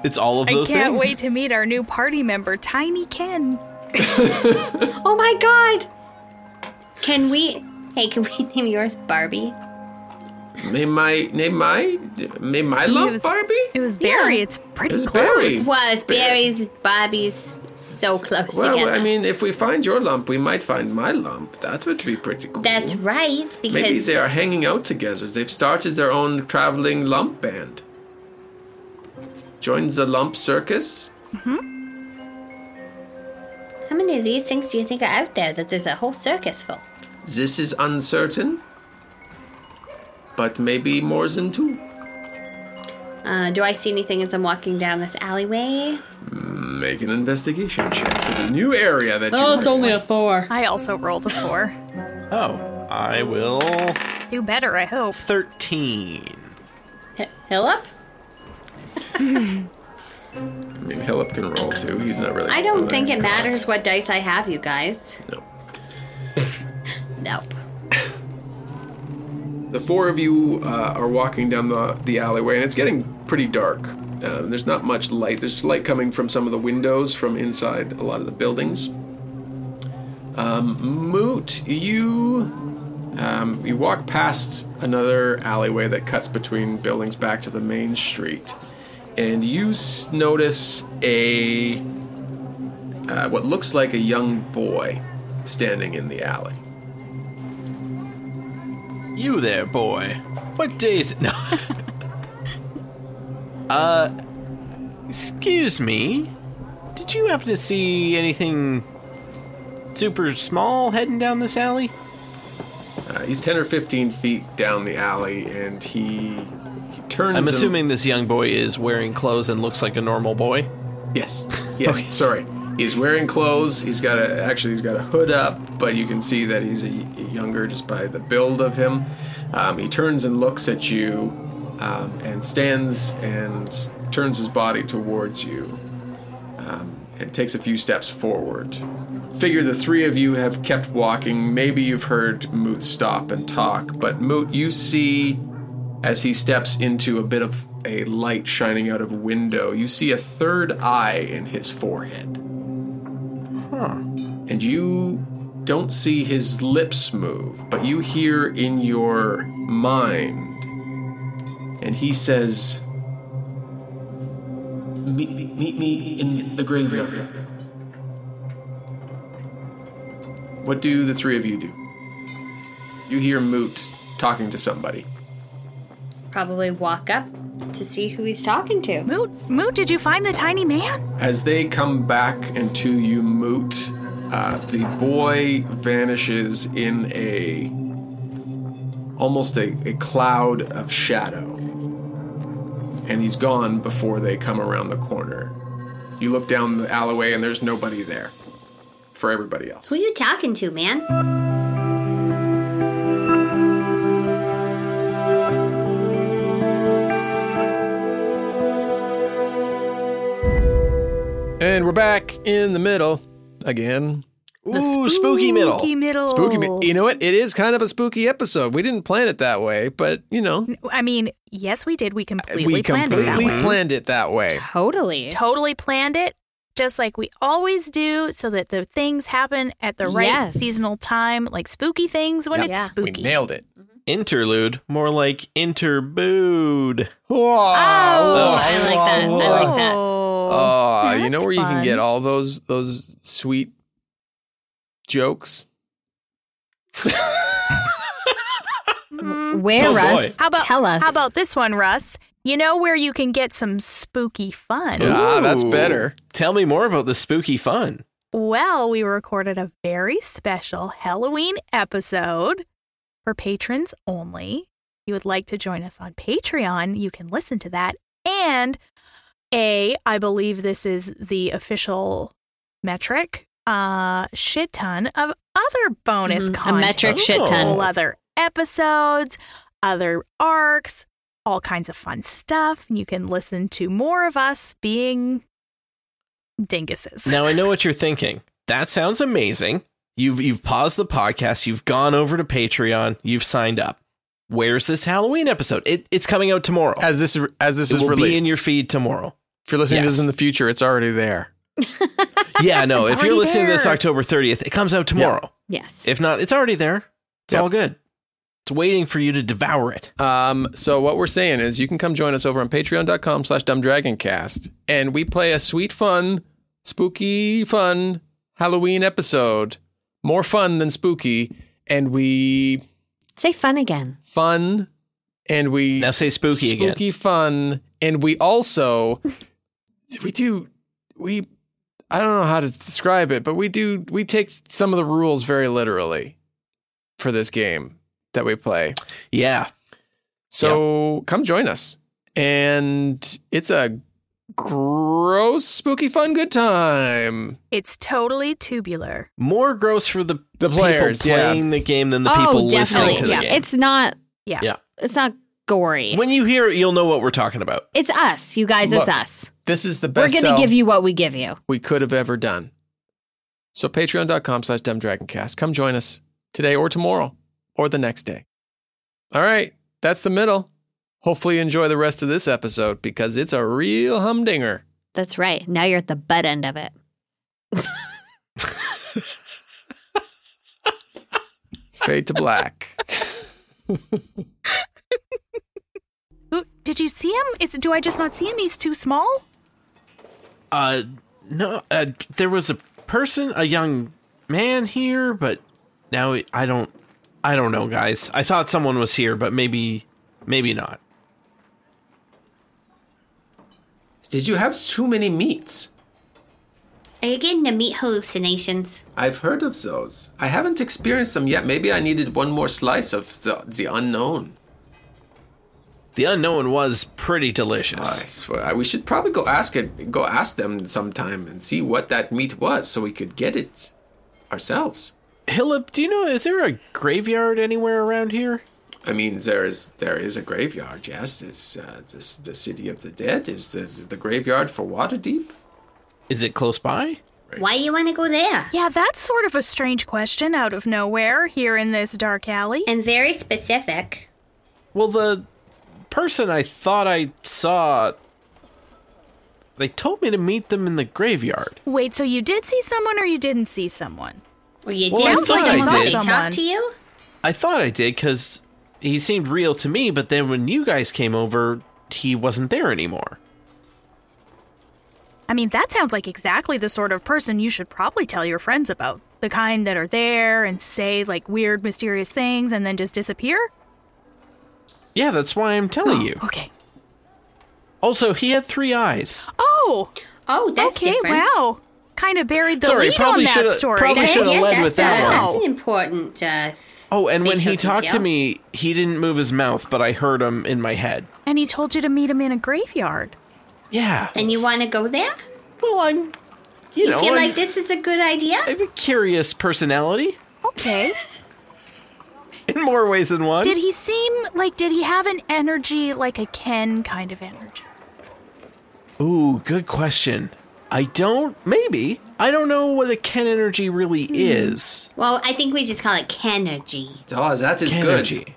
It's all of
I can't
those things.
wait to meet our new party member, Tiny Ken.
Oh my god! Can we? Hey, can we name yours Barbie?
May my may my may my love
was-
Barbie?
It was Barry.
Yeah.
It's pretty
It's
close.
Barry.
Was
Bear.
Barry's Bobby's so close
Well,
together?
I mean, if we find your lump, we might find my lump. That would be pretty cool.
that's right because
Maybe they are hanging out together. They've started their own traveling lump band. Joins the lump circus.
how many of these things do you think are out there that there's a whole circus full?
This is uncertain, but maybe more than two.
Uh, do I see anything as I'm walking down this alleyway?
Make an investigation check for the new area that
Oh,
you. are in.
four.
I also rolled a four.
Oh, I will.
Do better, I hope.
13.
Philip?
I mean, Hillip can roll too. He's not really.
I don't
oh,
think
that's
it
correct.
matters what dice I have, you guys.
No.
Nope.
The four of you uh, are walking down the, the alleyway, and it's getting pretty dark. Um, there's not much light. There's light coming from some of the windows from inside a lot of the buildings. Um, Moot, you um, you walk past another alleyway that cuts between buildings back to the main street, and you s- notice a uh, what looks like a young boy standing in the alley.
You there, boy. What day is it? No. uh, excuse me. Did you happen to see anything super small heading down this alley?
Uh, he's 10 or 15 feet down the alley and he, he turns.
I'm
and-
assuming this young boy is wearing clothes and looks like a normal boy.
yes. Yes. Sorry. He's wearing clothes. He's got a. Actually, he's got a hood up, but you can see that he's a, a younger just by the build of him. Um, he turns and looks at you um, and stands and turns his body towards you um, and takes a few steps forward. Figure the three of you have kept walking. Maybe you've heard Moot stop and talk, but Moot, you see as he steps into a bit of a light shining out of a window, you see a third eye in his forehead. And you don't see his lips move, but you hear in your mind, and he says, Meet, meet me in the graveyard. What do the three of you do? You hear Moot talking to somebody.
Probably walk up to see who he's talking to.
Moot, Moot, did you find the tiny man?
As they come back and to you, Moot, uh, the boy vanishes in a almost a, a cloud of shadow, and he's gone before they come around the corner. You look down the alleyway, and there's nobody there for everybody else.
Who you talking to, man?
And we're back in the middle again.
Ooh, spooky middle.
Spooky middle.
Spooky. mi- You know what? It is kind of a spooky episode. We didn't plan it that way, but you know,
I mean, yes, we did. We completely
we
planned it that
completely
way.
planned it that way.
Totally.
Totally planned it, just like we always do, so that the things happen at the right
Yes.
seasonal time, like spooky things when
Yep.
it's
Yeah.
We
spooky.
nailed it.
Interlude, more like interbood.
Oh,
I like that. I like that.
Oh,
Oh, you
That's
know where you can
fun.
get all those those sweet jokes.
Where,
Oh, boy.
Russ?
how about
Mm-hmm. tell us?
How about this one, Russ? You know where you can get some spooky fun.
Ah, that's
Ooh.
better.
Tell me more about the spooky fun.
Well, we recorded a very special Halloween episode for patrons only. If you would like to join us on Patreon, you can listen to that. And A, I believe this is the official metric, uh, shit ton of other bonus
Mhm, a
content.
metric shit ton.
Oh.
Whole other episodes, other arcs, all kinds of fun stuff. And you can listen to more of us being dinguses.
Now I know what you're thinking. That sounds amazing. You've you've paused the podcast, you've gone over to Patreon, you've signed up. Where's this Halloween episode? It, it's coming out tomorrow.
As this as this
it
is
will be
released.
in your feed tomorrow.
if you're listening to
Yes.
this in the future, it's already there.
Yeah, no.
It's
if
already
you're listening to this
there.
October 30th, it comes out tomorrow.
yes.
If not, it's already there. It's
Yep.
all good. It's waiting for you to devour it.
Um, so what we're saying is you can come join us over on patreon.com slash dumbdragoncast and we play a sweet fun, spooky fun Halloween episode. More fun than spooky, and we
Say fun again.
fun and we
Now say spooky, again.
spooky fun and we also we do we i don't know how to describe it but we do we take some of the rules very literally for this game that we play
Yeah.
so come join us and it's a gross spooky fun good time
It's totally tubular.
More gross for the,
The players,
people
yeah.
playing the game than the people
oh,
listening
definitely.
to the
yeah.
game.
It's not.
Yeah.
Yeah.
It's not gory.
when you hear it, you'll know what we're talking about.
it's us, you guys.
Look,
it's us.
this is the
We're
best
gonna
sell
give you what we give you.
we could have ever done so patreon.com slash dumbdragoncast come join us today or tomorrow or the next day all right that's the middle hopefully you enjoy the rest of this episode because it's a real humdinger
That's right. Now you're at the butt end of it.
fade to black
Ooh, did you see him? Is do I just not see him? He's too small.
Uh, no, uh, there was a person, a young man here, but now it- I don't, I don't know, guys. I thought someone was here, but maybe, maybe not.
did you have too many meats
Are you getting the meat hallucinations?
i've heard of those i haven't experienced them yet maybe i needed one more slice of the, the unknown
The unknown was pretty delicious.
I swear, we should probably go ask it go ask them sometime and see what that meat was so we could get it ourselves
Hillip, do you know is there a graveyard anywhere around here?
I mean, there is there is a graveyard. Yes, it's uh, this the city of the dead. Is is the graveyard for Waterdeep?
Is it close by?
Why you want to go there?
Yeah, that's sort of a strange question out of nowhere here in this dark alley.
And very specific.
Well, the person I thought I saw, they told me to meet them in the graveyard.
Wait, so you did see someone or you didn't see someone?
Well, you
Well, I
did see
thought I
someone. Did
did.
they talk
Someone.
to you?
I thought I did because he seemed real to me, but then when you guys came over, he wasn't there anymore.
I mean, that sounds like exactly the sort of person you should probably tell your friends about. The kind that are there and say like weird, mysterious things and then just disappear?
Yeah, that's why I'm
Oh,
telling you.
Okay.
Also, he had three eyes.
Oh,
Oh, that's
okay,
different.
wow. Kind of buried the
Sorry,
lead
probably
on that
shoulda-
story.
probably
there.
shoulda-
yeah,
led
that's,
with that
a-
one.
that's an important. Uh,
Oh, and when he
Facial
talked to
detail.
me, he didn't move his mouth, but I heard him in my head.
And he told you to meet him in a graveyard.
Yeah.
and you want to go there?
Well, I'm, you,
You,
know,
feel
I'm,
like this is a good idea?
I have a curious personality
Okay.
in more ways than one.
did he seem like did he have an energy like a Ken kind of energy?
Ooh, good question. I don't. Maybe I don't know what a Ken energy really
Hmm.
is.
Well, I think we just call it Kenergy.
Oh, that is
Ken
good.
energy.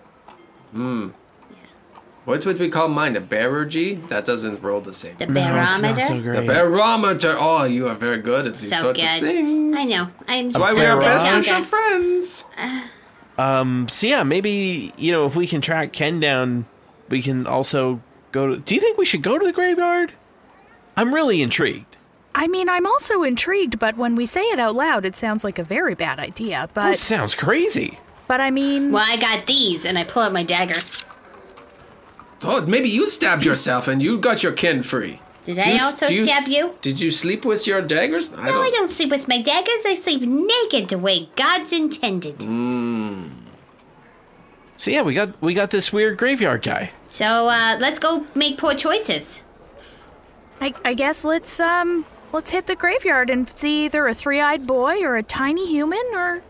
What would we call mine? The barergy? That doesn't roll the same.
The
No, it's
barometer.
not so great.
The barometer. Oh, you are very good at these
So
sorts
good.
of things.
I know. I'm
That's why we are
Barometer.
bestest
Okay.
of friends.
Um, so yeah, maybe you know if we can track Ken down, we can also go to. Do you think we should go to the graveyard? I'm really intrigued.
I mean, I'm also intrigued, but when we say it out loud, it sounds like a very bad idea.
That
But
sounds crazy.
but I mean,
Well, I got these, and I pull out my daggers.
So maybe you stabbed yourself and you got your kin free.
Did
Do
I
s-
also
do
stab
s-
you?
Did you sleep with your daggers? I
No, Oh, I don't sleep with my daggers. I sleep naked the way God's intended.
Mm.
So yeah, we got we got this weird graveyard guy.
So uh, let's go make poor choices.
I, I guess let's um let's hit the graveyard and see either a three-eyed boy or a tiny human or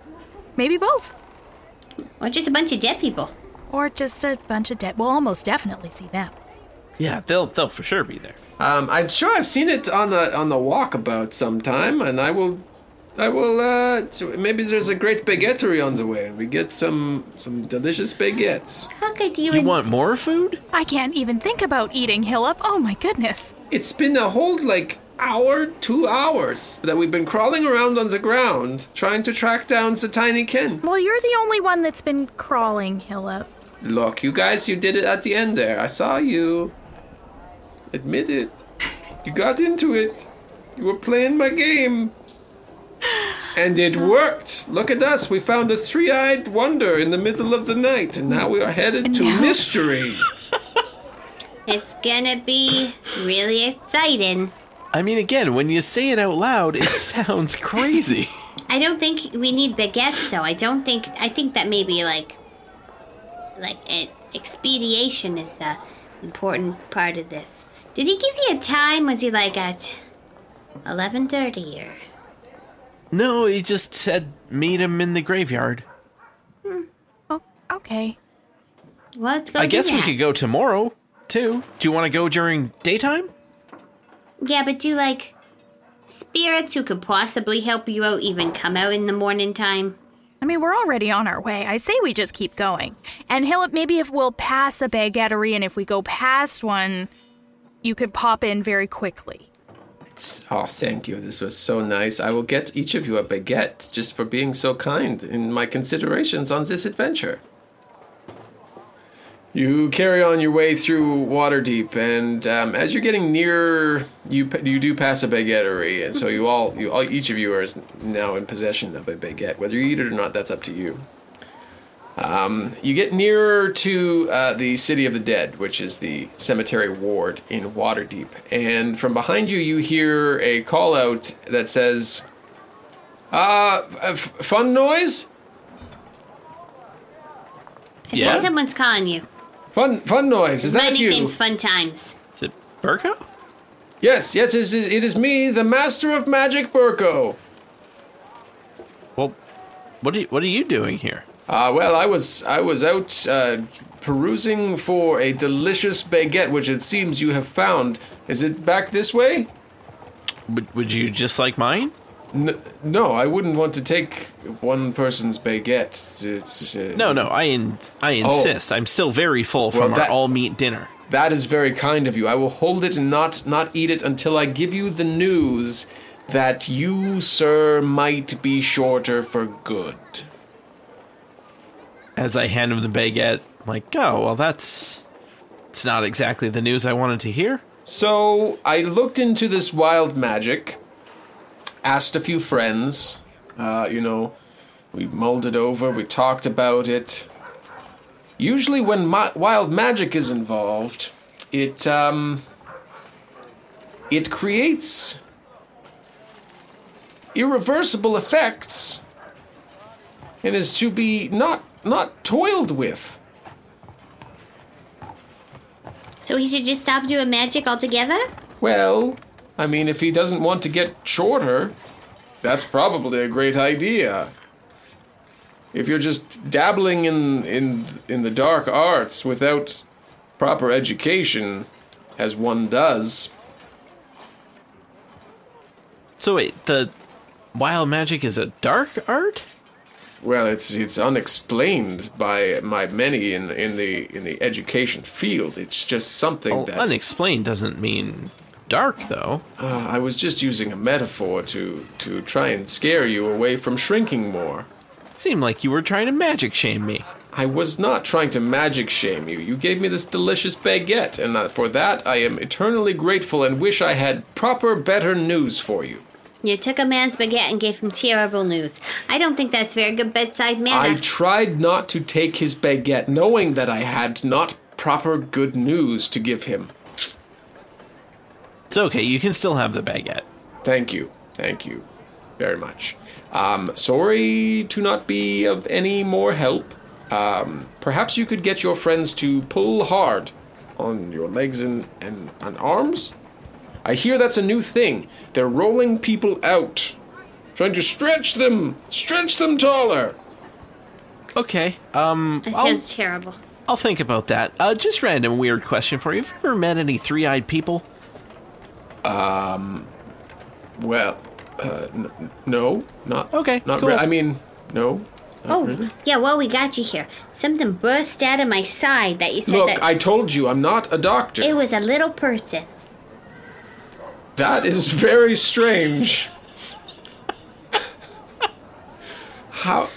maybe both
Or just a bunch of dead people.
or just a bunch of dead. We'll almost definitely see them.
Yeah, they'll they'll for sure be there.
Um, I'm sure I've seen it on the on the walkabout sometime, and I will, I will. Uh, t- maybe there's a great baguettery on the way, and we get some some delicious baguettes.
How could you?
You
in-
want more food?
I can't even think about eating Hillip. Oh my goodness.
It's been a whole like hour, two hours that we've been crawling around on the ground trying to track down the tiny kin.
Well, you're the only one that's been crawling, Hillip.
Look, you guys, you did it at the end there. I saw you. Admit it. You got into it. You were playing my game. And it worked. Look at us. We found a three eyed wonder in the middle of the night, and now we are headed to
now-
mystery.
It's gonna be really exciting.
I mean, again, when you say it out loud, it sounds crazy.
I don't think we need baguettes, though. I don't think. I think that maybe like, like an expediation is the important part of this. Did he give you a time? Was he like at eleven thirty or?
No, he just said meet him in the graveyard.
Oh, okay.
Well, let's go.
I
do
guess we
that.
could go tomorrow too. Do you want to go during daytime?
Yeah, but do like spirits who could possibly help you out even come out in the morning time?
I mean, we're already on our way. I say we just keep going. And Hillip, maybe if we'll pass a baguettery and if we go past one, you could pop in very quickly.
Oh, thank you. This was so nice. I will get each of you a baguette just for being so kind in my considerations on this adventure. You carry on your way through Waterdeep, and um, as you're getting near, you p- you do pass a baguettery, and so you all, you all, each of you are is now in possession of a baguette. Whether you eat it or not, that's up to you. Um, you get nearer to uh, the City of the Dead, which is the cemetery ward in Waterdeep, and from behind you, you hear a call out that says, "Uh, f- f- fun noise."
I think someone's calling you.
Fun, fun noise. Is that
Many
you?
things, fun times.
Is it Burko?
Yes, yes, it is, it is me, the master of magic, Burko.
Well, what are you, what are you doing here?
Uh, well, I was I was out uh, perusing for a delicious baguette, which it seems you have found. Is it back this way?
Would, would you just like mine?
N- no, I wouldn't want to take one person's baguette. It's uh,
No, no. I in, I insist. I'm still very full from
that-
our all meat dinner.
That is very kind of you. I will hold it and not not eat it until I give you the news that you, sir, might be shorter for good.
As I hand him the baguette, I'm like, oh, well, that's. It's not exactly the news I wanted to hear.
So I looked into this wild magic, asked a few friends, uh, you know, we mulled it over, we talked about it. Usually, when ma- wild magic is involved, it um, it creates irreversible effects and is to be not not toiled with.
So he should just stop doing magic altogether?
Well, I mean, if he doesn't want to get shorter, that's probably a great idea. If you're just dabbling in in in the dark arts without proper education, as one does,
So wait, the wild magic is a dark art?
well, it's it's unexplained by my many in in the in the education field. It's just something
Well,
that
unexplained doesn't mean dark, though.
Uh, I was just using a metaphor to to try and scare you away from shrinking more.
It seemed like you were trying to magic shame me.
I was not trying to magic shame you. You gave me this delicious baguette, and uh, for that I am eternally grateful and wish I had proper, better news for you.
You took a man's baguette and gave him terrible news. I don't think that's very good bedside
I
manner.
tried not to take his baguette, knowing that I had not proper good news to give him.
It's okay, you can still have the baguette.
Thank you. Thank you very much. Um, sorry to not be of any more help. Um, perhaps you could get your friends to pull hard on your legs and, and, and arms? I hear that's a new thing. They're rolling people out, trying to stretch them, stretch them taller.
Okay, um,
that
I'll,
Oh.
sounds terrible.
I'll think about that. Uh, just random weird question for you. Have you ever met any three eyed people?
Well, uh, n- n- no, not
Okay,
Not
cool.
re- I mean, no. not
Oh,
really.
yeah, well, we got you here. Something burst out of my side that you said
Look,
that
I told you I'm not a doctor.
it was a little person.
That is very strange. How?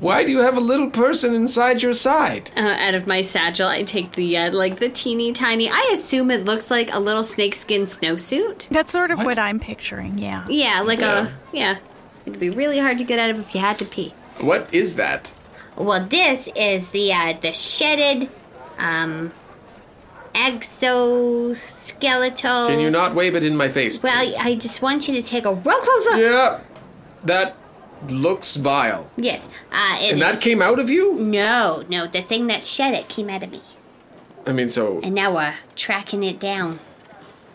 Why do you have a little person inside your side?
Uh, out of my satchel, I take the uh, like the teeny tiny. I assume it looks like a little snakeskin snowsuit.
That's sort of what, I'm picturing, yeah.
Yeah, like a yeah. It'd be really hard to get out of if you had to pee.
What is that?
Well, this is the uh, the shedded, um, exoskeletal.
Can you not wave it in my face?
Well,
please?
I, I just want you to take a real close look.
yeah, that looks vile.
Yes, uh, it
And
is-
that came out of you?
no, no, the thing that shed it came out of me,
I mean, so
and now we're tracking it down.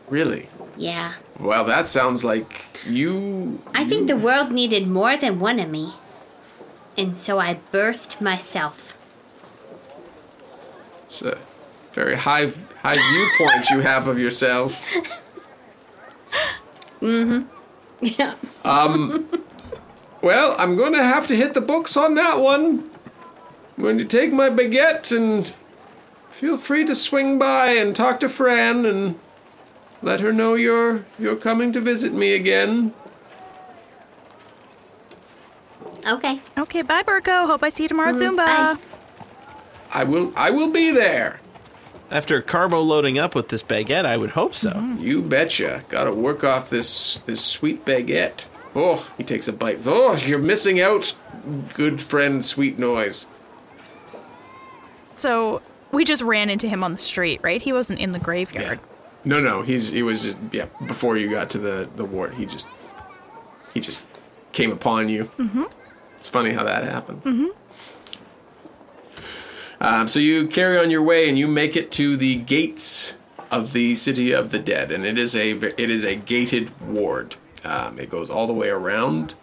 really?
Yeah,
Well, that sounds like you.
I think the world needed more than one of me, and so I birthed myself.
It's a very high high viewpoint you have of yourself.
Yeah.
Well, I'm going to have to hit the books on that one. I'm going to take my baguette and feel free to swing by and talk to Fran and let her know you're you're coming to visit me again.
Okay,
Okay, bye, Burko. Hope I see you tomorrow, at Zumba.
Mm, bye.
I will I will be there.
After Carbo loading up with this baguette, I would hope so.
Mm-hmm.
You betcha. Got to work off this this sweet baguette. Oh, he takes a bite. Oh, you're missing out, good friend. Sweet noise.
So we just ran into him on the street, right? He wasn't in the graveyard.
No, no, he's he was just yeah. Before you got to the the ward, he just he just came upon you. Mm-hmm. It's funny how that happened. Mm-hmm. Um, so you carry on your way, and you make it to the gates of the city of the dead, and it is a ve- it is a gated ward. Um, it goes all the way around.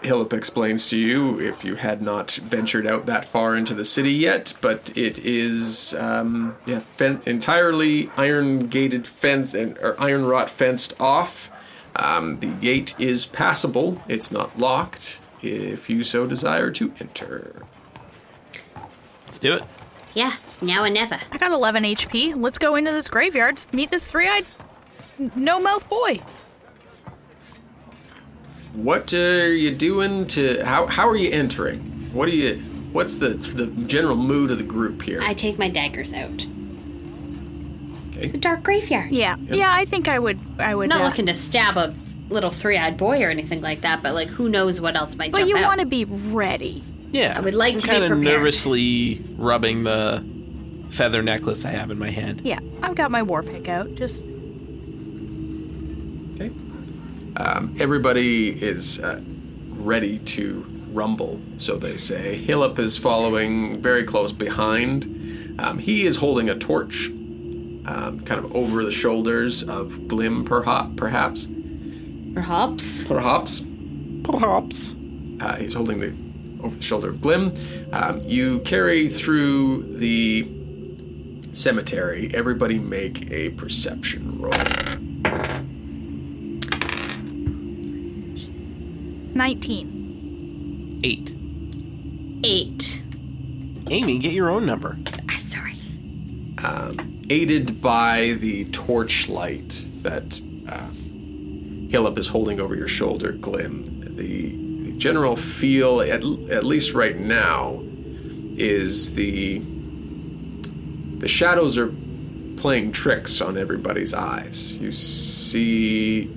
Hillip explains to you if you had not ventured out that far into the city yet, but it is um, yeah, fen- entirely iron gated fence and or iron wrought fenced off. Um, the gate is passable; it's not locked. If you so desire to enter,
Let's do it.
yeah, it's now or never.
I got 11 HP. Let's go into this graveyard, meet this three eyed, no mouth boy.
What are you doing to how how are you entering? What are you what's the the general mood of the group here?
I take my daggers out.
Okay.
It's a dark graveyard.
Yeah. Yeah, I think I would. I would.
I'm not
uh,
looking to stab a little three-eyed boy or anything like that, but like who knows what else might
But
jump
you
out.
want to be ready.
Yeah.
I would like
I'm
to be
kinda
prepared.
nervously rubbing the feather necklace I have in my hand.
Yeah. I've got my war pick out. Just
Okay. Um, everybody is uh, ready to rumble, so they say. Hillip is following very close behind. Um, he is holding a torch, um, kind of over the shoulders of Glim, perha- perhaps.
Perhaps.
Perhaps.
Perhaps.
Uh, he's holding the over the shoulder of Glim. Um, you carry through the cemetery. Everybody make a perception roll.
19.
Eight.
Eight.
Amy, get your own number.
Ah, sorry.
aided by the torchlight that uh, Hillip is holding over your shoulder, Glim. The, the general feel, at, at least right now, is the the shadows are playing tricks on everybody's eyes. You see,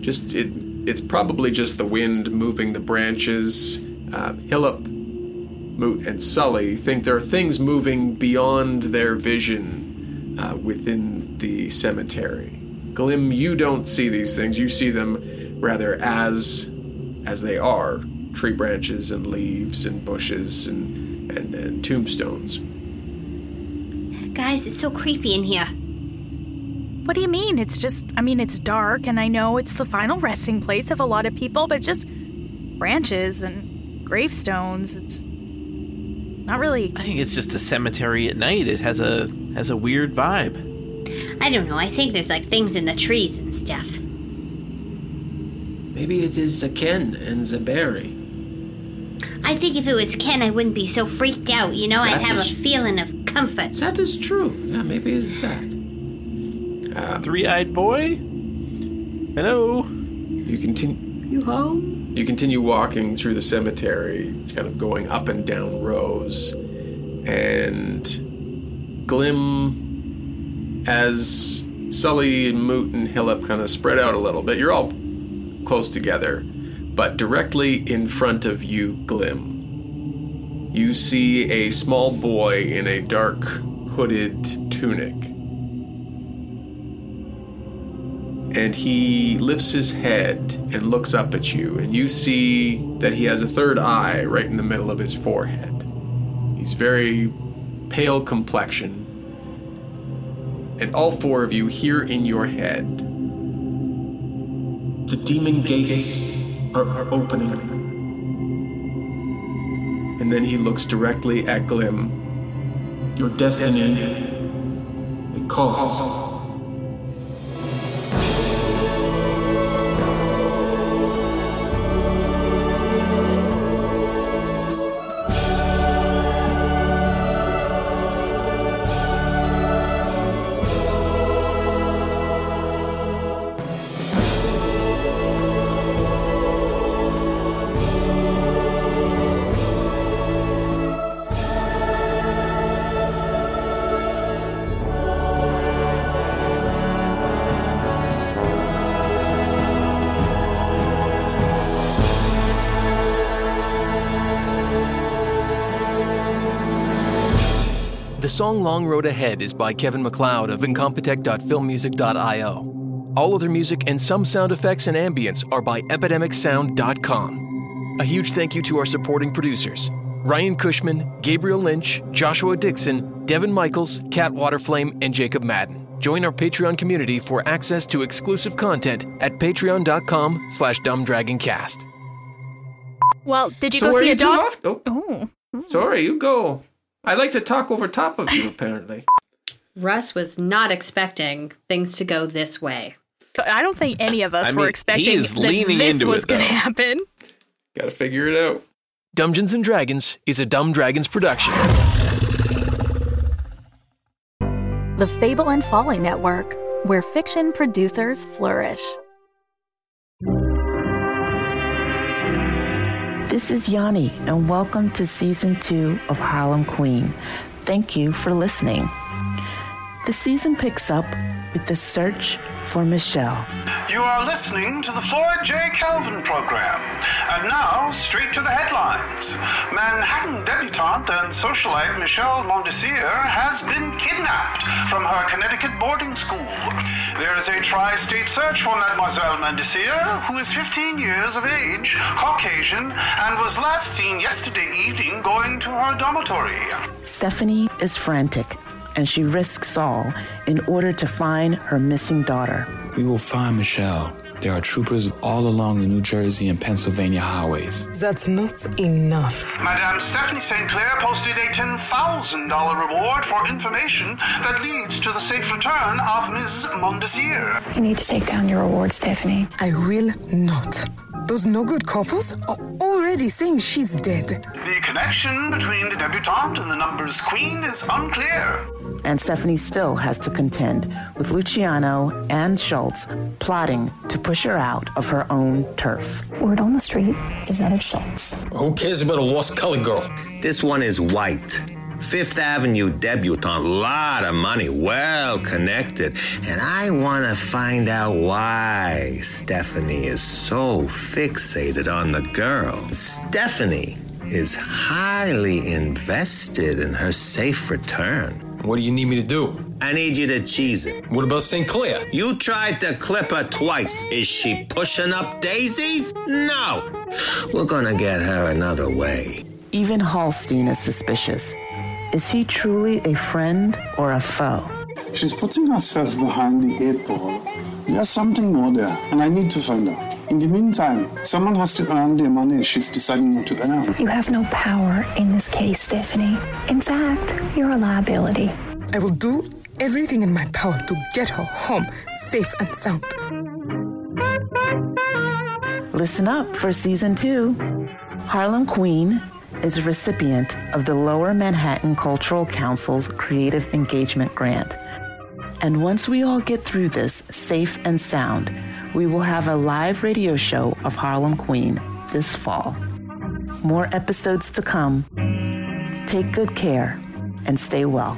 just it. It's probably just the wind moving the branches. Um, Hillip Moot and Sully think there are things moving beyond their vision uh, within the cemetery. Glim, you don't see these things. You see them rather as as they are tree branches and leaves and bushes and, and, and tombstones.
Guys, it's so creepy in here.
What do you mean? It's just. I mean, it's dark, and I know it's the final resting place of a lot of people, but just branches and gravestones. It's not really.
I think it's just a cemetery at night. It has a has a weird vibe.
I don't know. I think there's like things in the trees and stuff.
Maybe it is the Ken and the berry.
I think if it was Ken, I wouldn't be so freaked out. You know, I'd have a feeling of comfort.
That is true. Yeah, maybe it's that.
Three-eyed boy. Hello.
You continue.
You home?
You continue walking through the cemetery, kind of going up and down rows, and Glim, as Sully and Moot and Hillip kind of spread out a little bit, you're all close together, but directly in front of you, Glim, you see a small boy in a dark hooded tunic. and he lifts his head and looks up at you, and you see that he has a third eye right in the middle of his forehead. He's very pale complexion, and all four of you hear in your head The demon gates are, are opening. And then he looks directly at Glim. Your destiny, it calls.
The song Long Road Ahead is by Kevin McLeod of incompetech.filmmusic.io. All other music and some sound effects and ambience are by epidemicsound.com. A huge thank you to our supporting producers Ryan Cushman, Gabriel Lynch, Joshua Dixon, Devin Michaels, Kat Waterflame, and Jacob Madden. Join our Patreon community for access to exclusive content at patreon.com slash dumbdragoncast.
Well, did you
So
go
where
see a
are you two
dog?
off- Oh. Sorry, you go. I like to talk over top of you, apparently.
Russ was not expecting things to go this way.
I don't think any of us
I mean,
were
he
expecting
is
that
leaning
this
into
was
it,
going to
though.
happen.
Gotta figure it out.
Dungeons and Dragons is a Dumb Dragons production.
The Fable and Folly Network, where fiction producers flourish.
This is Yanni, and welcome to season two of Harlem Queen. Thank you for listening. The season picks up with the search for Michelle.
You are listening to the Floyd J. Calvin program. And now, straight to the headlines. Manhattan debutante and socialite Michelle Mondesir has been kidnapped from her Connecticut boarding school. There is a tri state search for Mademoiselle Mondesir, who is 15 years of age, Caucasian, and was last seen yesterday evening going to her dormitory.
Stephanie is frantic, and she risks all in order to find her missing daughter.
We will find Michelle. There are troopers all along the New Jersey and Pennsylvania highways.
That's not enough.
Madame Stephanie St. Clair posted a $10,000 reward for information that leads to the safe return of Ms. Mondesir.
You need to take down your reward, Stephanie.
I will not. Those no good couples are already saying she's dead.
The connection between the debutante and the numbers queen is unclear.
And Stephanie still has to contend with Luciano and Schultz plotting to push her out of her own turf.
Word on the street is that it's Schultz.
Who cares about a lost color girl?
This one is white. Fifth Avenue debutante, lot of money, well connected. And I want to find out why Stephanie is so fixated on the girl. Stephanie is highly invested in her safe return.
What do you need me to do?
I need you to cheese it.
What about St. Clair?
You tried to clip her twice. Is she pushing up daisies? No. We're gonna get her another way.
Even Halstein is suspicious. Is he truly a friend or a foe?
She's putting herself behind the eight ball. There's something more there, and I need to find out. In the meantime, someone has to earn the money she's deciding not to earn.
You have no power in this case, Stephanie. In fact, you're a liability.
I will do everything in my power to get her home safe and sound.
Listen up for season two. Harlem Queen is a recipient of the Lower Manhattan Cultural Council's Creative Engagement Grant. And once we all get through this safe and sound, we will have a live radio show of Harlem Queen this fall. More episodes to come. Take good care and stay well.